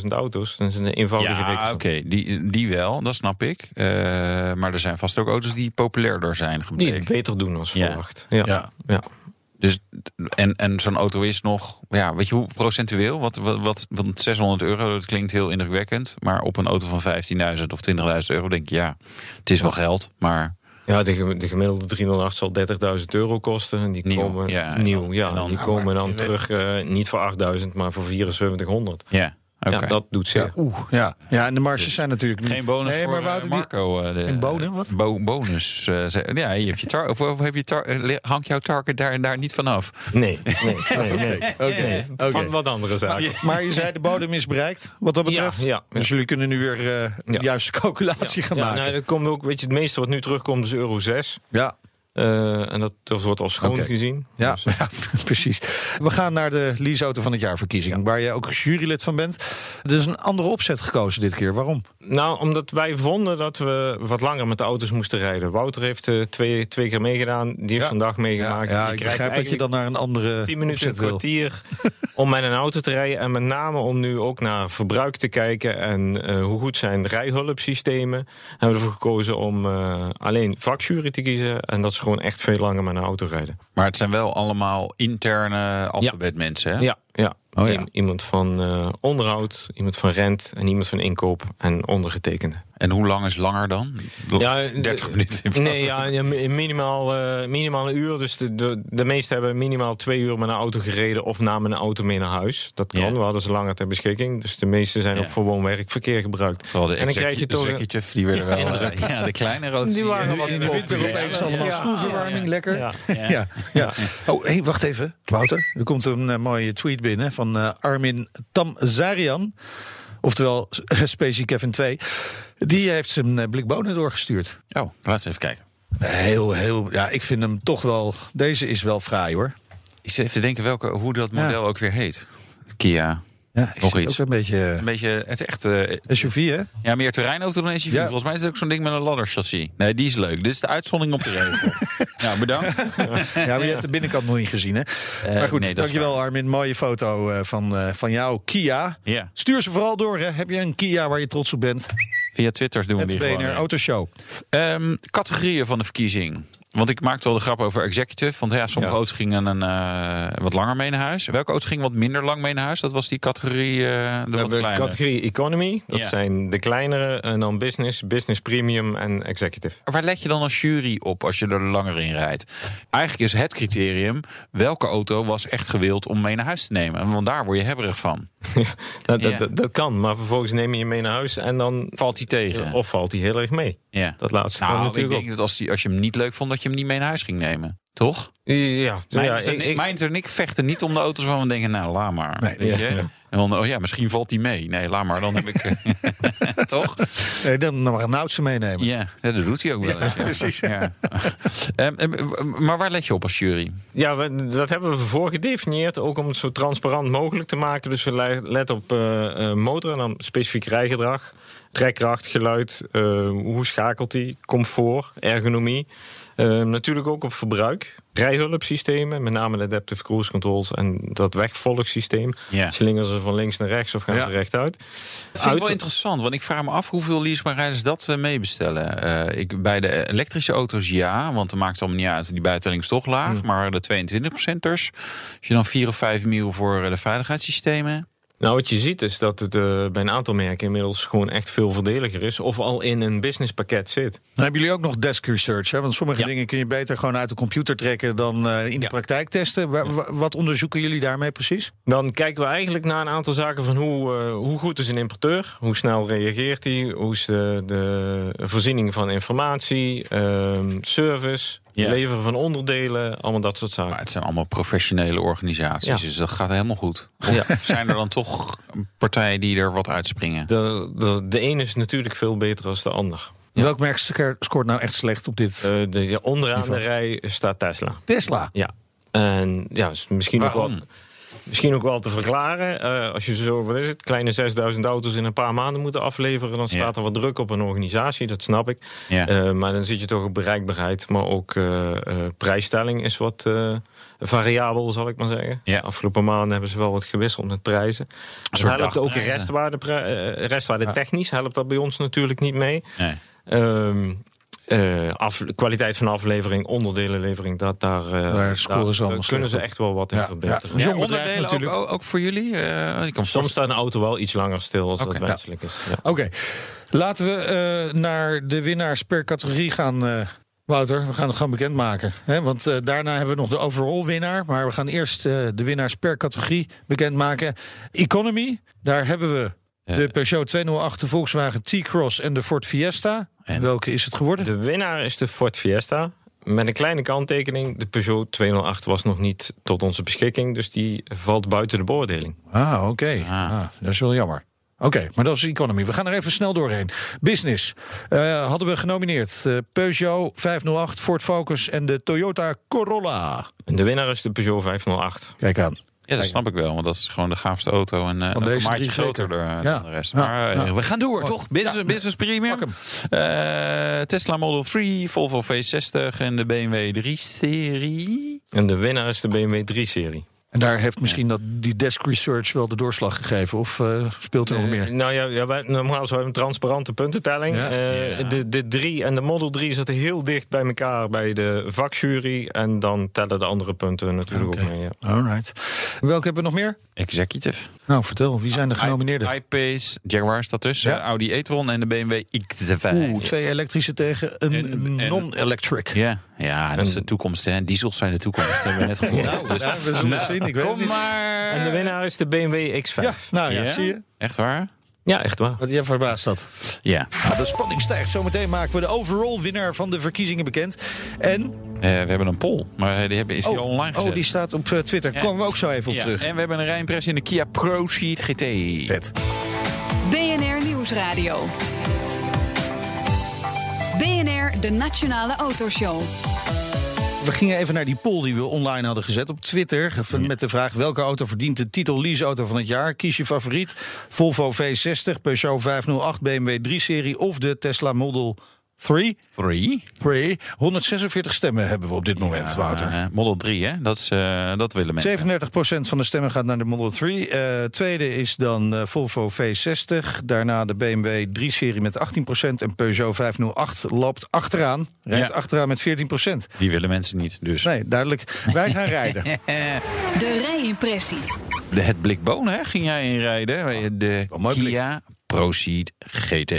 G: 24.000 auto's, dan is het een eenvoudige
E: ja,
G: rekening.
E: oké, die, die wel, dat snap ik. Eh, maar er zijn vast ook auto's die populairder zijn
G: Die
E: gebleken.
G: het beter doen als
E: Ja.
G: verwacht. Ja.
D: Ja.
G: Ja.
E: Dus, en en zo'n auto is nog, ja, weet je hoe procentueel? Wat, wat, wat, want 600 euro, dat klinkt heel indrukwekkend. Maar op een auto van 15.000 of 20.000 euro denk je, ja, het is wel geld, maar...
G: Ja, de, gem- de gemiddelde 308 zal 30.000 euro kosten. En die
E: Nieuw,
G: komen
E: ja.
G: nieuw. Ja,
E: En
G: en
E: dan-
G: die komen dan terug eh, niet voor 8000, maar voor 7400.
E: Ja, oké.
G: Ja, dat doet zeer.
D: Oeh, ja. Ja, en de marges zijn natuurlijk niet...
E: Geen bonus
D: nee,
E: voor
D: maar
E: eh,
D: Wouter, die-
E: Marco. eh, de,
D: Een bonen, wat?
E: bo- bonus. eh, ze- ja, je hebt je tar of, of heb je tar eh, li- hangt jouw target daar en daar niet vanaf.
G: Nee, nee, nee.
D: *laughs*
G: nee.
D: Oké,
G: Nee,
D: oké.
G: Van wat andere zaken.
D: Maar je zei de bodem is bereikt, wat dat betreft.
G: Ja, ja, ja.
D: Dus jullie kunnen nu weer eh, de
G: Ja.
D: juiste calculatie gaan
G: Ja,
D: maken.
G: nou, dat komt ook, weet je, het meeste wat nu terugkomt is euro 6.
D: ja.
G: Eh, en dat, dat wordt al schoon
D: Oké.
G: gezien.
D: Ja,
G: Dus,
D: *laughs* ja, precies. We gaan naar de leaseauto van het jaarverkiezing, waar jij ook jurylid van bent. Er is een andere opzet gekozen dit keer. Waarom?
G: Nou, omdat wij vonden dat we wat langer met de auto's moesten rijden. Wouter heeft eh, twee, twee keer meegedaan. Die heeft
D: Ja.
G: vandaag meegemaakt.
D: ja,
G: Die
D: ik
G: krijgt
D: begrijp dat je
G: eigenlijk
D: dan naar een andere
G: 10 minuten een
D: opzet wil.
G: kwartier om met een auto te rijden. En met name om nu ook naar verbruik te kijken. En eh, hoe goed zijn rijhulpsystemen. Hebben we ervoor gekozen om eh, alleen vakjury te kiezen. En dat ze gewoon echt veel langer met een auto rijden.
E: Maar het zijn wel allemaal interne alfabetmensen. hè?
G: Ja, ja.
E: Oh ja.
G: I- Iemand van eh, onderhoud, iemand van rent en iemand van inkoop en ondergetekende.
E: En hoe lang is langer dan?
G: Ja,
E: 30
G: de-
E: minuten. in plaats
G: Nee,
E: van-
G: ja, ja, mi- minimaal, eh, minimaal een uur. Dus de, de, de meesten hebben minimaal twee uur met een auto gereden of namen een auto mee naar huis. Dat kan,
E: Ja.
G: we hadden ze langer ter beschikking. Dus de meeste zijn
E: Ja.
G: ook voor woon-werkverkeer gebruikt.
E: Vooral de
G: en dan krijg je toch een-
E: executive, die werden wel... eh, ja, de kleine rood.
G: Die waren wat
D: In de winter opeens allemaal
G: Ja.
D: stoelverwarming, lekker. Ja,
G: Ja.
D: ja.
E: *laughs*
D: Oh, hey, wacht even, Wouter. Er komt een eh, mooie tweet binnen van eh, Armin Tamzarian. Oftewel *laughs* Spacey Kevin 2. Die heeft zijn eh, blik bonen doorgestuurd.
E: Oh, laten we even kijken.
D: Heel, heel... Ja, ik vind hem toch wel... Deze is wel fraai, hoor.
E: Ik zit even te denken welke, hoe dat model ook weer heet. Kia.
D: Ja, ik
E: Nog
D: zit
E: iets.
D: ook eh, een beetje...
E: Een beetje, het is echt eh,
D: SUV, hè?
E: Ja, meer terreinauto dan SUV.
D: Ja.
E: Volgens mij is het ook zo'n ding met een ladderchassis. Nee, die is leuk. Dit is de uitzondering
D: *laughs*
E: op de regel. nou, bedankt.
D: Ja, maar je hebt de binnenkant nog niet gezien, hè? maar goed,
E: Eh, nee, dat is
D: dankjewel Armin. Mooie foto eh, van, eh, van jou, Kia.
E: Ja.
D: Stuur ze vooral door, hè? Heb je een Kia waar je trots op bent?
E: Via Twitter doen we
D: Het
E: die gewoon.
D: BNR Autoshow.
E: Ehm, categorieën van de verkiezing. Want ik maakte al de grap over executive. Want ja, sommige
G: Ja.
E: auto's gingen een, eh, wat langer mee naar huis. Welke auto's gingen wat minder lang mee naar huis? Dat was die categorie. eh de
G: We
E: wat
G: hebben
E: kleinere.
G: categorie economy. Dat
E: Ja.
G: zijn de kleinere. En dan business, business premium en executive. *laughs*
E: Waar let je dan als jury op als je er langer in rijdt? Eigenlijk is het criterium welke auto was echt gewild om mee naar huis te nemen. Want daar word je hebberig van.
G: Nou, dat,
E: Ja.
G: dat, dat kan, maar vervolgens neem je je mee naar huis en dan...
E: Valt die tegen?
G: Of valt hij heel erg mee.
E: ja.
G: Dat laatste kan
E: nou, ik
G: natuurlijk
E: denk dat als, die, als je hem niet leuk vond, dat je hem niet mee naar huis ging nemen. Toch?
G: ook. Ja,
E: Mijn
G: ja,
E: en
G: ik- ik-
E: Mijnters en ik vechten niet om de auto's waarvan we denken, nou, laat maar. Weet
G: Ja.
E: je? En dan, oh ja, misschien valt die mee. Nee, laat maar, dan heb ik... *laughs* eh, Toch?
D: Nee, dan mag een oudste meenemen.
E: Ja, dat doet hij ook wel eens. Ja, precies. *laughs* Ehm, maar waar let je op als jury?
G: ja, we- dat hebben we voor gedefinieerd, ook om het zo transparant mogelijk te maken. Dus we le- letten op eh, eh, motor en dan specifiek rijgedrag, trekkracht, geluid, eh, hoe schakelt hij, comfort, ergonomie. Eh, natuurlijk ook op verbruik, rijhulpsystemen, met name de adaptive cruise controls en dat wegvolgsysteem.
E: Ja.
G: Slingeren ze van links naar rechts of gaan
D: Ja.
G: ze rechtuit.
E: Ik vind het wel
G: Auto-
E: interessant, want ik vraag me af hoeveel leasemaanrijders dat eh, meebestellen. Eh, ik, bij de elektrische auto's ja, want het maakt allemaal niet uit. Die bijtelling is toch laag, maar de 22%ers. Als je dan 4 of 5 mil voor eh, de veiligheidssystemen.
G: Nou, wat je ziet is dat het eh, bij een aantal merken inmiddels gewoon echt veel voordeliger is. Of al in een businesspakket zit.
D: Dan hebben jullie ook nog desk research. Hè? Want sommige dingen kun je beter gewoon uit de computer trekken dan eh, in de
G: Ja.
D: praktijk testen. Wa- wa- wat onderzoeken jullie daarmee precies?
G: Dan kijken we eigenlijk naar een aantal zaken van hoe, eh, hoe goed is een importeur? Hoe snel reageert hij? Hoe is de, de voorziening van informatie? ehm, service?
E: Ja.
G: Leveren van onderdelen? Allemaal dat soort
E: Maar
G: zaken.
E: het zijn allemaal professionele organisaties,
G: Ja.
E: dus dat gaat helemaal goed. Of *laughs* zijn er dan toch partijen die er wat uitspringen?
G: De, de, de een is natuurlijk veel beter dan de ander.
D: Welk merk sca- scoort nou echt slecht op dit?
G: Eh, de, ja, onderaan de rij staat Tesla.
D: Tesla.
G: Ja. En ja, is misschien ook
E: Waarom?
G: wel. Misschien ook wel te verklaren. Eh, als je zo, wat is het, kleine 6000 auto's in een paar maanden moeten afleveren, dan staat er wat druk op een organisatie, dat snap ik.
E: Ja.
G: Eh, maar dan zit je toch op bereikbaarheid. Maar ook eh, eh, prijsstelling is wat eh, variabel, zal ik maar zeggen.
E: Ja.
G: Afgelopen maanden hebben ze wel wat gewisseld met prijzen. Dat
E: soort
G: helpt ook
E: dagprijzen.
G: restwaarde, eh, restwaarde technisch, helpt dat bij ons natuurlijk niet mee.
E: Nee.
G: Ehm, eh, af, kwaliteit van aflevering, onderdelenlevering, dat daar, eh,
D: scoren ze allemaal
G: daar kunnen ze
D: slecht op.
G: echt wel wat in
D: Ja,
G: verbeteren.
D: ja.
E: Ja,
D: Jong bedrijf
E: onderdelen ook,
D: natuurlijk.
E: ook, ook voor jullie? Eh, ik kan me
G: Soms staat een auto wel iets langer stil als
E: Oké,
G: dat wenselijk is. Ja.
D: Oké, laten we eh, naar de winnaars per categorie gaan, eh, Wouter. We gaan het gewoon bekendmaken. Hè? Want eh, daarna hebben we nog de overall winnaar. Maar we gaan eerst eh, de winnaars per categorie bekendmaken. Economy, daar hebben we
G: Eh.
D: de Peugeot 208, de Volkswagen T-Cross en de Ford Fiesta. Welke is het geworden?
G: De winnaar is de Ford Fiesta. Met een kleine kanttekening, de Peugeot 208 was nog niet tot onze beschikking, dus die valt buiten de beoordeling.
D: Ah, oké. Ah, dat is wel jammer. Oké, maar dat is economy. We gaan er even snel doorheen. Business. eh, hadden we genomineerd. eh, Peugeot 508, Ford Focus en de Toyota Corolla.
G: En de winnaar is de Peugeot 508.
D: Kijk aan.
E: Ja, dat snap ik wel, want dat is gewoon de gaafste auto. En eh
D: Van
E: een
D: deze
E: maatje
D: drie
E: groter
D: zeker.
E: eh,
D: Ja.
E: dan de rest.
D: Ja,
E: Maar eh,
D: ja.
E: we gaan door, toch? Business, business Premium. Eh, Tesla Model 3, Volvo V60 en de BMW 3-serie.
G: En de winnaar is de BMW 3-serie.
D: En daar heeft misschien dat, die desk research wel de doorslag gegeven. Of eh, speelt er nog
G: Eh,
D: meer?
G: Nou ja, ja wij, normaal zouden we een transparante puntentelling.
D: Ja.
G: Eh, De, de drie en de Model 3 zaten heel dicht bij elkaar bij de vakjury. En dan tellen de andere punten natuurlijk ook mee. Ja.
D: All right. Welke hebben we nog meer?
E: Executive.
D: Nou, vertel. Wie
E: Ah,
D: zijn de genomineerden?
E: iPace, Jaguar staat tussen.
D: Ja.
E: Audi e-tron en de BMW X5.
D: Oeh, twee elektrische tegen
E: ah, En-
D: een
E: en-
D: non-electric.
E: Ja, ja, dat is de toekomst. Hè. Diesels zijn de toekomst. Dat hebben we net gehoord. Dus-
D: Nou, *laughs* ja, we zullen het zien. Ik weet het
E: Kom
D: niet.
E: maar.
G: En de winnaar is de BMW X5.
D: Ja,
G: Ja,
D: nou ja, zie je.
E: Echt waar?
G: echt waar.
D: Wat jij verbaast dat.
E: Ja.
D: Nou, de spanning stijgt. Zometeen maken we de overall winnaar van de verkiezingen bekend. En
E: Eh, we hebben een poll, maar eh, die hebben, is die al online gezet?
D: oh, die staat op eh, Twitter.
E: Ja.
D: Komen we ook zo even op
E: Ja,
D: terug.
E: En we hebben een rijimpress in de Kia ProSheet GT.
D: Vet.
C: BNR Nieuwsradio. BNR, de Nationale Autoshow.
D: We gingen even naar die poll die we online hadden gezet op Twitter. Even Met de vraag welke auto verdient de titel leaseauto van het jaar. Kies je favoriet. Volvo V60, Peugeot 508, BMW 3-serie of de Tesla Model
H: 3.
E: 3.
H: 3. 146 stemmen hebben we op dit moment, Wouter.
E: Eh, Model 3, hè? Dat, is, eh, dat willen mensen.
H: 37% van de stemmen gaat naar de Model 3. Eh, tweede is dan eh, Volvo V60. Daarna de BMW 3-serie met 18%. En Peugeot 508 loopt achteraan. Rijdt
E: Ja.
H: achteraan met 14%.
E: Die willen mensen niet, dus.
H: Nee, *laughs* duidelijk. Wij gaan rijden.
C: De rijimpressie.
E: De- Het blik bonen, hè? Ging jij inrijden? De
H: Wat mooi blik.
E: Kia Proceed GT.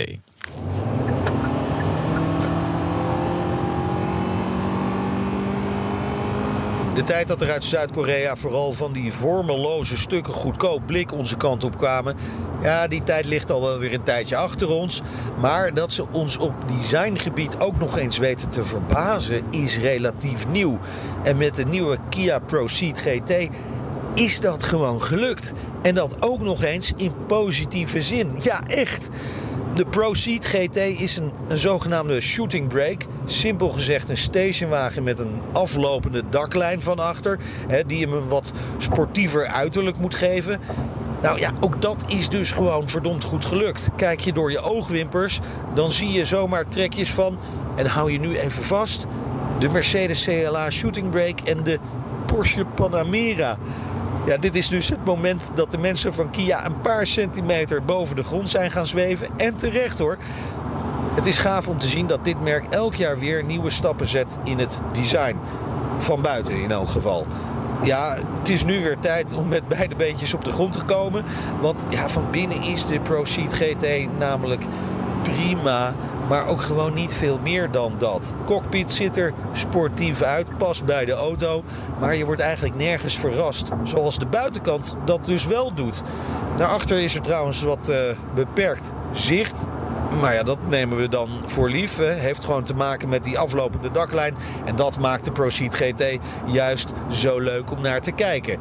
H: De tijd dat er uit Zuid-Korea vooral van die vormeloze stukken goedkoop blik onze kant op kwamen. Ja, die tijd ligt al wel weer een tijdje achter ons. Maar dat ze ons op designgebied ook nog eens weten te verbazen is relatief nieuw. En met de nieuwe Kia Proceed GT is dat gewoon gelukt. En dat ook nog eens in positieve zin. Ja, echt. De Proceed GT is een, een zogenaamde shooting brake. Simpel gezegd een stationwagen met een aflopende daklijn van achter. Hè, die hem een wat sportiever uiterlijk moet geven. Nou ja, ook dat is dus gewoon verdomd goed gelukt. Kijk je door je oogwimpers, dan zie je zomaar trekjes van... en hou je nu even vast... de Mercedes CLA Shooting Brake en de Porsche Panamera. Ja, dit is dus het moment dat de mensen van Kia een paar centimeter boven de grond zijn gaan zweven. En terecht hoor. Het is gaaf om te zien dat dit merk elk jaar weer nieuwe stappen zet in het design. Van buiten in elk geval. Ja, het is nu weer tijd om met beide beentjes op de grond te komen. Want ja, van binnen is de Proceed GT namelijk prima. Maar ook gewoon niet veel meer dan dat. Cockpit zit er sportief uit, past bij de auto. Maar je wordt eigenlijk nergens verrast. Zoals de buitenkant dat dus wel doet. Daarachter is er trouwens wat eh, beperkt zicht. Maar ja, dat nemen we dan voor lief. Hè. Heeft gewoon te maken met die aflopende daklijn. En dat maakt de Proceed GT juist zo leuk om naar te kijken.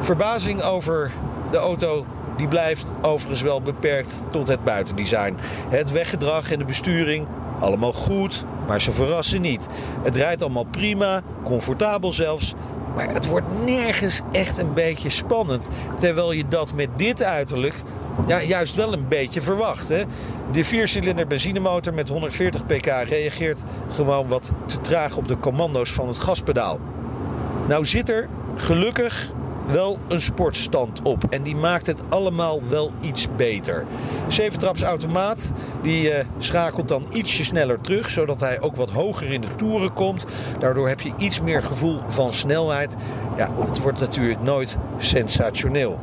H: Verbazing over de auto. Die blijft overigens wel beperkt tot het buitendesign. Het weggedrag en de besturing, allemaal goed, maar ze verrassen niet. Het rijdt allemaal prima, comfortabel zelfs. Maar het wordt nergens echt een beetje spannend. Terwijl je dat met dit uiterlijk ja, juist wel een beetje verwacht. Hè? De viercilinder benzinemotor met 140 pk reageert gewoon wat te traag op de commando's van het gaspedaal. Nou zit er gelukkig wel een sportstand op. En die maakt het allemaal wel iets beter. Zeventraps automaat, die eh, schakelt dan ietsje sneller terug... zodat hij ook wat hoger in de toeren komt. Daardoor heb je iets meer gevoel van snelheid. Ja, het wordt natuurlijk nooit sensationeel.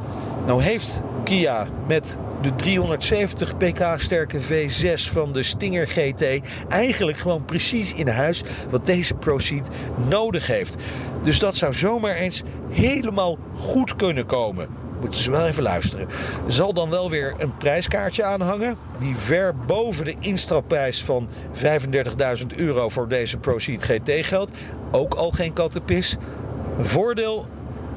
H: Nou heeft Kia met de 370 pk sterke V6 van de Stinger GT eigenlijk gewoon precies in huis wat deze Proceed nodig heeft. Dus dat zou zomaar eens helemaal goed kunnen komen. Moeten ze wel even luisteren. Er zal dan wel weer een prijskaartje aanhangen. Die ver boven de instapprijs van 35.000 euro voor deze Proceed GT geldt. Ook al geen kattenpis. Een voordeel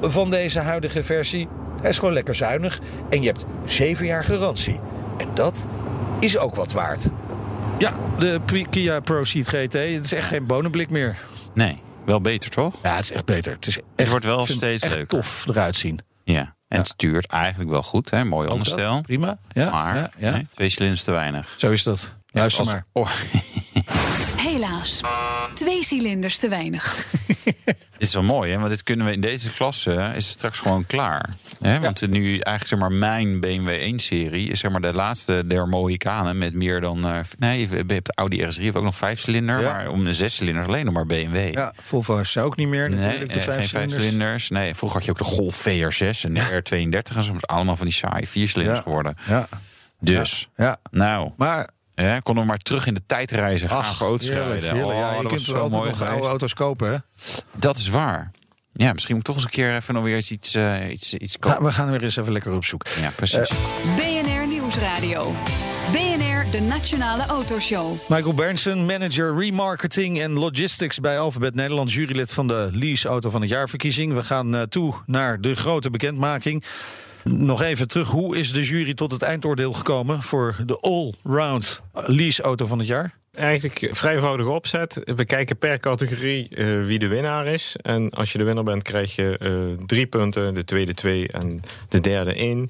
H: van deze huidige versie. Hij is gewoon lekker zuinig en je hebt 7 jaar garantie. En dat is ook wat waard. Ja, de P- Kia Proceed GT, het is echt geen bonenblik meer.
E: Nee, wel beter toch?
H: Ja, het is echt beter. Het, is echt,
E: wordt wel
H: ik vind het
E: steeds
H: echt
E: leuker.
H: tof eruit zien.
E: Ja. En het stuurt eigenlijk wel goed, hè? Mooi
H: Ook dat,
E: onderstel.
H: prima. Ja,
E: Maar
H: ja, ja.
E: nee, twee cilinders te weinig.
H: Zo is dat. Luister
E: Als-
H: maar.
E: Oh, *laughs*
C: Helaas. Twee cilinders te weinig.
E: Dit is wel mooi, hè? Want dit kunnen we in deze klasse is het straks gewoon klaar. Hè? Want nu eigenlijk zeg maar mijn BMW 1-serie is zeg maar de laatste der Mohikanen met meer dan eh, nee, je hebt de Audi RS3 heeft ook nog vijf cilinder,
H: Ja.
E: maar om de zes cilinder alleen nog maar BMW.
H: Ja, Volvo is ze ook niet meer natuurlijk, de
E: eh, geen
H: vijf cilinders.
E: vijfcilinders. Nee, vroeger had je ook de Golf VR6 en de R32 en zo. maar Allemaal van die saaie viercilinders
H: Ja.
E: geworden.
H: Ja,
E: Dus,
H: ja.
E: nou,
H: Maar
E: hè, konden we maar terug in de tijd reizen. Gaan
H: ach,
E: voor auto's
H: heerlijk,
E: rijden.
H: heerlijk.
E: Oh,
H: Ja, je
E: dat
H: kunt
E: was
H: wel
E: zo
H: altijd
E: mooi
H: nog oude
E: geweest.
H: auto's kopen, hè?
E: Dat is waar. Ja, misschien moet ik toch eens een keer even nog weer eens iets, eh, iets, iets kopen.
H: Nou, we gaan weer eens even lekker op zoek.
E: Ja, precies.
D: Eh,
C: BNR Nieuwsradio. BNR, de Nationale Autoshow.
H: Michael Bernsen, manager remarketing en logistics bij Alphabet Nederland, jurylid van de Lease Auto van het Jaarverkiezing. We gaan eh, toe naar de grote bekendmaking. Nog even terug, hoe is de jury tot het eindoordeel gekomen voor de all-round Lease Auto van het Jaar?
G: Eigenlijk vrij eenvoudige opzet. We kijken per categorie eh, wie de winnaar is. En als je de winnaar bent, krijg je eh, drie punten. De tweede twee en de derde één.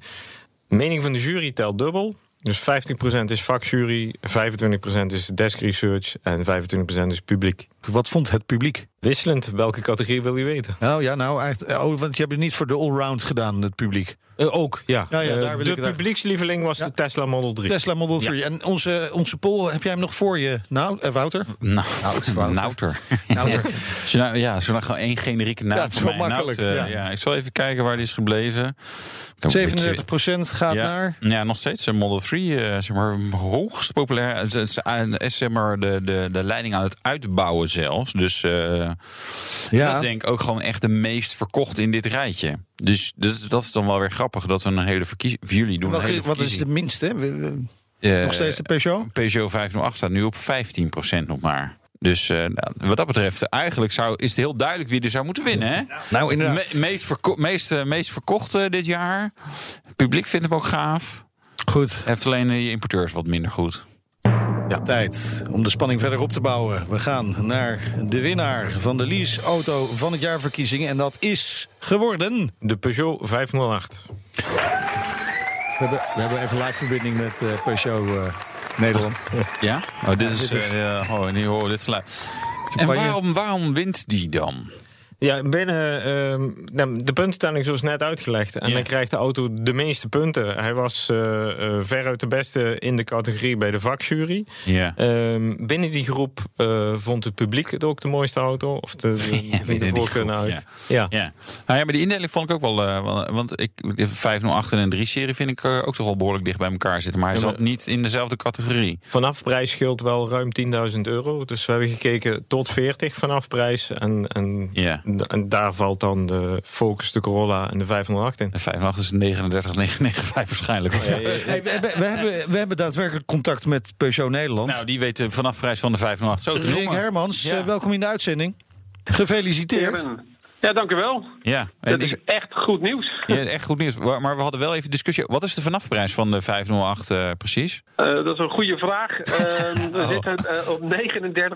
G: Mening van de jury telt dubbel. Dus 15% is vakjury, 25% is desk research en 25% is publiek.
D: Wat vond het publiek?
G: Wisselend, welke categorie wil je weten?
D: Nou ja, nou eigenlijk. Oh, want je hebt het niet voor de allround gedaan, het publiek.
G: Eh, ook, ja.
D: Ja, ja,
G: Eh,
D: daar wil ik
G: de
D: het aan.
G: publiekslieveling was
D: Ja.
G: de Tesla Model 3.
D: Tesla Model 3. En onze, onze poll, heb jij hem nog voor je? Nou, eh, Wouter?
E: Nou,
D: Nauter.
E: Nauter.
D: Nauter.
E: *laughs* Zo nou, ja, zolang gewoon één generieke naam.
D: Ja, het is
E: voor
D: wel
E: mij.
D: makkelijk,
E: Naut, eh,
D: ja.
E: ja. ik zal even kijken waar die is gebleven. Oh, Ik heb
D: 37%
E: een
D: gaat
E: beetje- ja,
D: naar...
E: ja, nog steeds. eh, Model 3, eh, zeg maar, hoogst populair. Het is, eh, is, zeg maar, de, de, de leiding aan het uitbouwen zelfs. Dus eh,
D: Ja.
E: dat is denk ik ook gewoon echt de meest verkocht in dit rijtje. Dus, dus dat is dan wel weer grappig dat we een hele verkiezing... Voor jullie doen een hele
D: Welke, wat is de
E: verkiezing.
D: minste? We- we-
E: Eh,
D: nog steeds de Peugeot?
E: Peugeot 508 staat nu op 15% nog maar. Dus eh, nou, wat dat betreft, eigenlijk zou, is het heel duidelijk wie er zou moeten winnen. Hè?
D: Nou, inderdaad.
E: Me- meest, verko- meest, eh, meest verkocht eh, dit jaar. Het publiek vindt hem ook gaaf.
D: Goed.
E: Heeft alleen eh, je importeurs wat minder goed.
D: Tijd om de spanning verder op te bouwen. We gaan naar de winnaar van de lease auto van het jaarverkiezing. En dat is geworden...
G: De Peugeot 508.
D: We hebben, we hebben even live verbinding met eh, Peugeot eh, Nederland.
E: Ja? Oh, dit is... eh, eh, oh, nu hoor dit geluid. En
D: Campagne.
E: waarom, waarom wint die dan?
G: Ja, binnen ehm, nou, de puntenstelling zoals net uitgelegd. En
E: Ja.
G: dan krijgt de auto de meeste punten. Hij was eh, eh, veruit de beste in de categorie bij de vakjury.
E: Ja.
G: Ehm, binnen die groep eh, vond het publiek het ook de mooiste auto.
E: *laughs*
G: Of de, de,
E: Ja,
G: de
E: binnen die
G: voorkeur naar
E: groep,
G: uit. Ja.
E: Ja. Nou ja, maar die indeling vond ik ook wel. eh, wel- want ik, de 508 en 3-serie vind ik eh, ook toch wel behoorlijk dicht bij elkaar zitten. Maar hij
G: Ja, maar-
E: zat niet in dezelfde categorie.
G: Vanaf prijs scheelt wel ruim 10.000 euro. Dus we hebben gekeken tot 40 vanaf prijs. En, en,
E: Ja.
G: da- en daar valt dan de Focus, de Corolla en de 508 in.
E: De 508 is 39995 waarschijnlijk.
D: Hey, we, hebben, we, hebben, we hebben daadwerkelijk contact met Peugeot Nederland.
E: Nou, die weten vanaf prijs van de 508 zo te
D: Rick
E: noemen.
D: Hermans,
E: Ja.
D: eh, welkom in de uitzending. Gefeliciteerd.
H: Ja, dank u wel.
E: Ja, en
H: Dat is
E: ik-
H: echt goed nieuws.
E: ja, echt goed nieuws. Maar maar we hadden wel even discussie. Wat is de vanafprijs van de 508 eh, precies?
H: Eh, dat is een goede
E: *laughs*
H: vraag. Ehm we
E: Oh.
H: zitten eh, op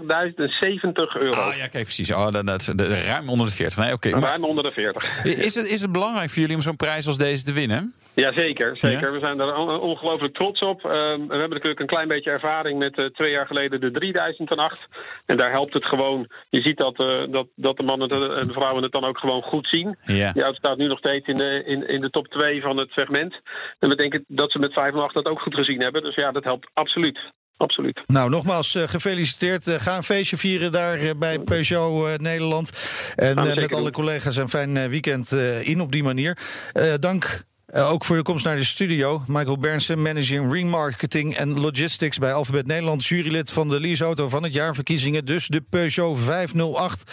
H: 39.070 euro.
E: Ah ja, kijk precies. Oh, dat, dat, dat- ruim onder de 40. Nee, oké. Maar
H: Ruim onder de 40.
E: is het, is het belangrijk voor jullie om zo'n prijs als deze te winnen?
H: Jazeker, zeker.
E: Ja?
H: We zijn daar on- ongelooflijk trots op. Ehm, we hebben natuurlijk een klein beetje ervaring met eh, twee jaar geleden de 3008. En daar helpt het gewoon. Je ziet dat, eh, dat, dat de mannen en de- en de vrouwen het dan ook gewoon goed zien.
E: Ja.
H: Die auto staat nu nog steeds in de, in, in de top 2 van het segment. En we denken dat ze met 508 dat ook goed gezien hebben. Dus ja, dat helpt absoluut. Absoluut.
D: Nou, nogmaals eh, gefeliciteerd. Eh, ga een feestje vieren daar eh, bij Peugeot eh, Nederland.
E: Nou,
D: En eh,
H: zeker
D: met alle
H: doen.
D: collega's een fijn eh, weekend eh, in op die manier. Eh, dank eh, ook voor de komst naar de studio. Michael Bernsen, managing ringmarketing en logistics bij Alphabet Nederland. Jurylid van de lease auto van het jaar verkiezingen. Dus de Peugeot 508.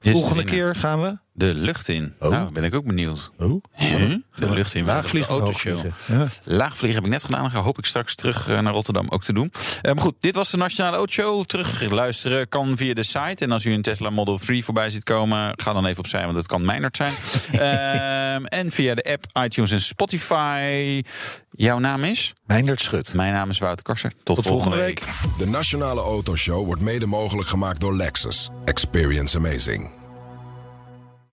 E: Is te
D: Volgende
E: winnen.
D: keer gaan we
E: De lucht in. Nou, ben ik ook benieuwd.
D: Oh.
E: Huh? De lucht in.
D: laagvliegen
E: De
D: of
E: autoshow.
D: hoogvliegen? Ja.
E: Laagvliegen heb ik net gedaan. Dat hoop ik straks terug eh, naar Rotterdam ook te doen. Eh, maar goed, dit was de Nationale Autoshow. Terug luisteren kan via de site. En als u een Tesla Model 3 voorbij ziet komen... ga dan even opzij, want het kan mijnerd
D: *laughs*
E: zijn. Ehm, en via de app, iTunes en Spotify. Jouw naam is?
D: Meindert Schut.
E: Mijn naam is Wouter Karsen. Tot,
D: Tot volgende week.
B: De Nationale Autoshow wordt mede mogelijk gemaakt door Lexus. Experience amazing.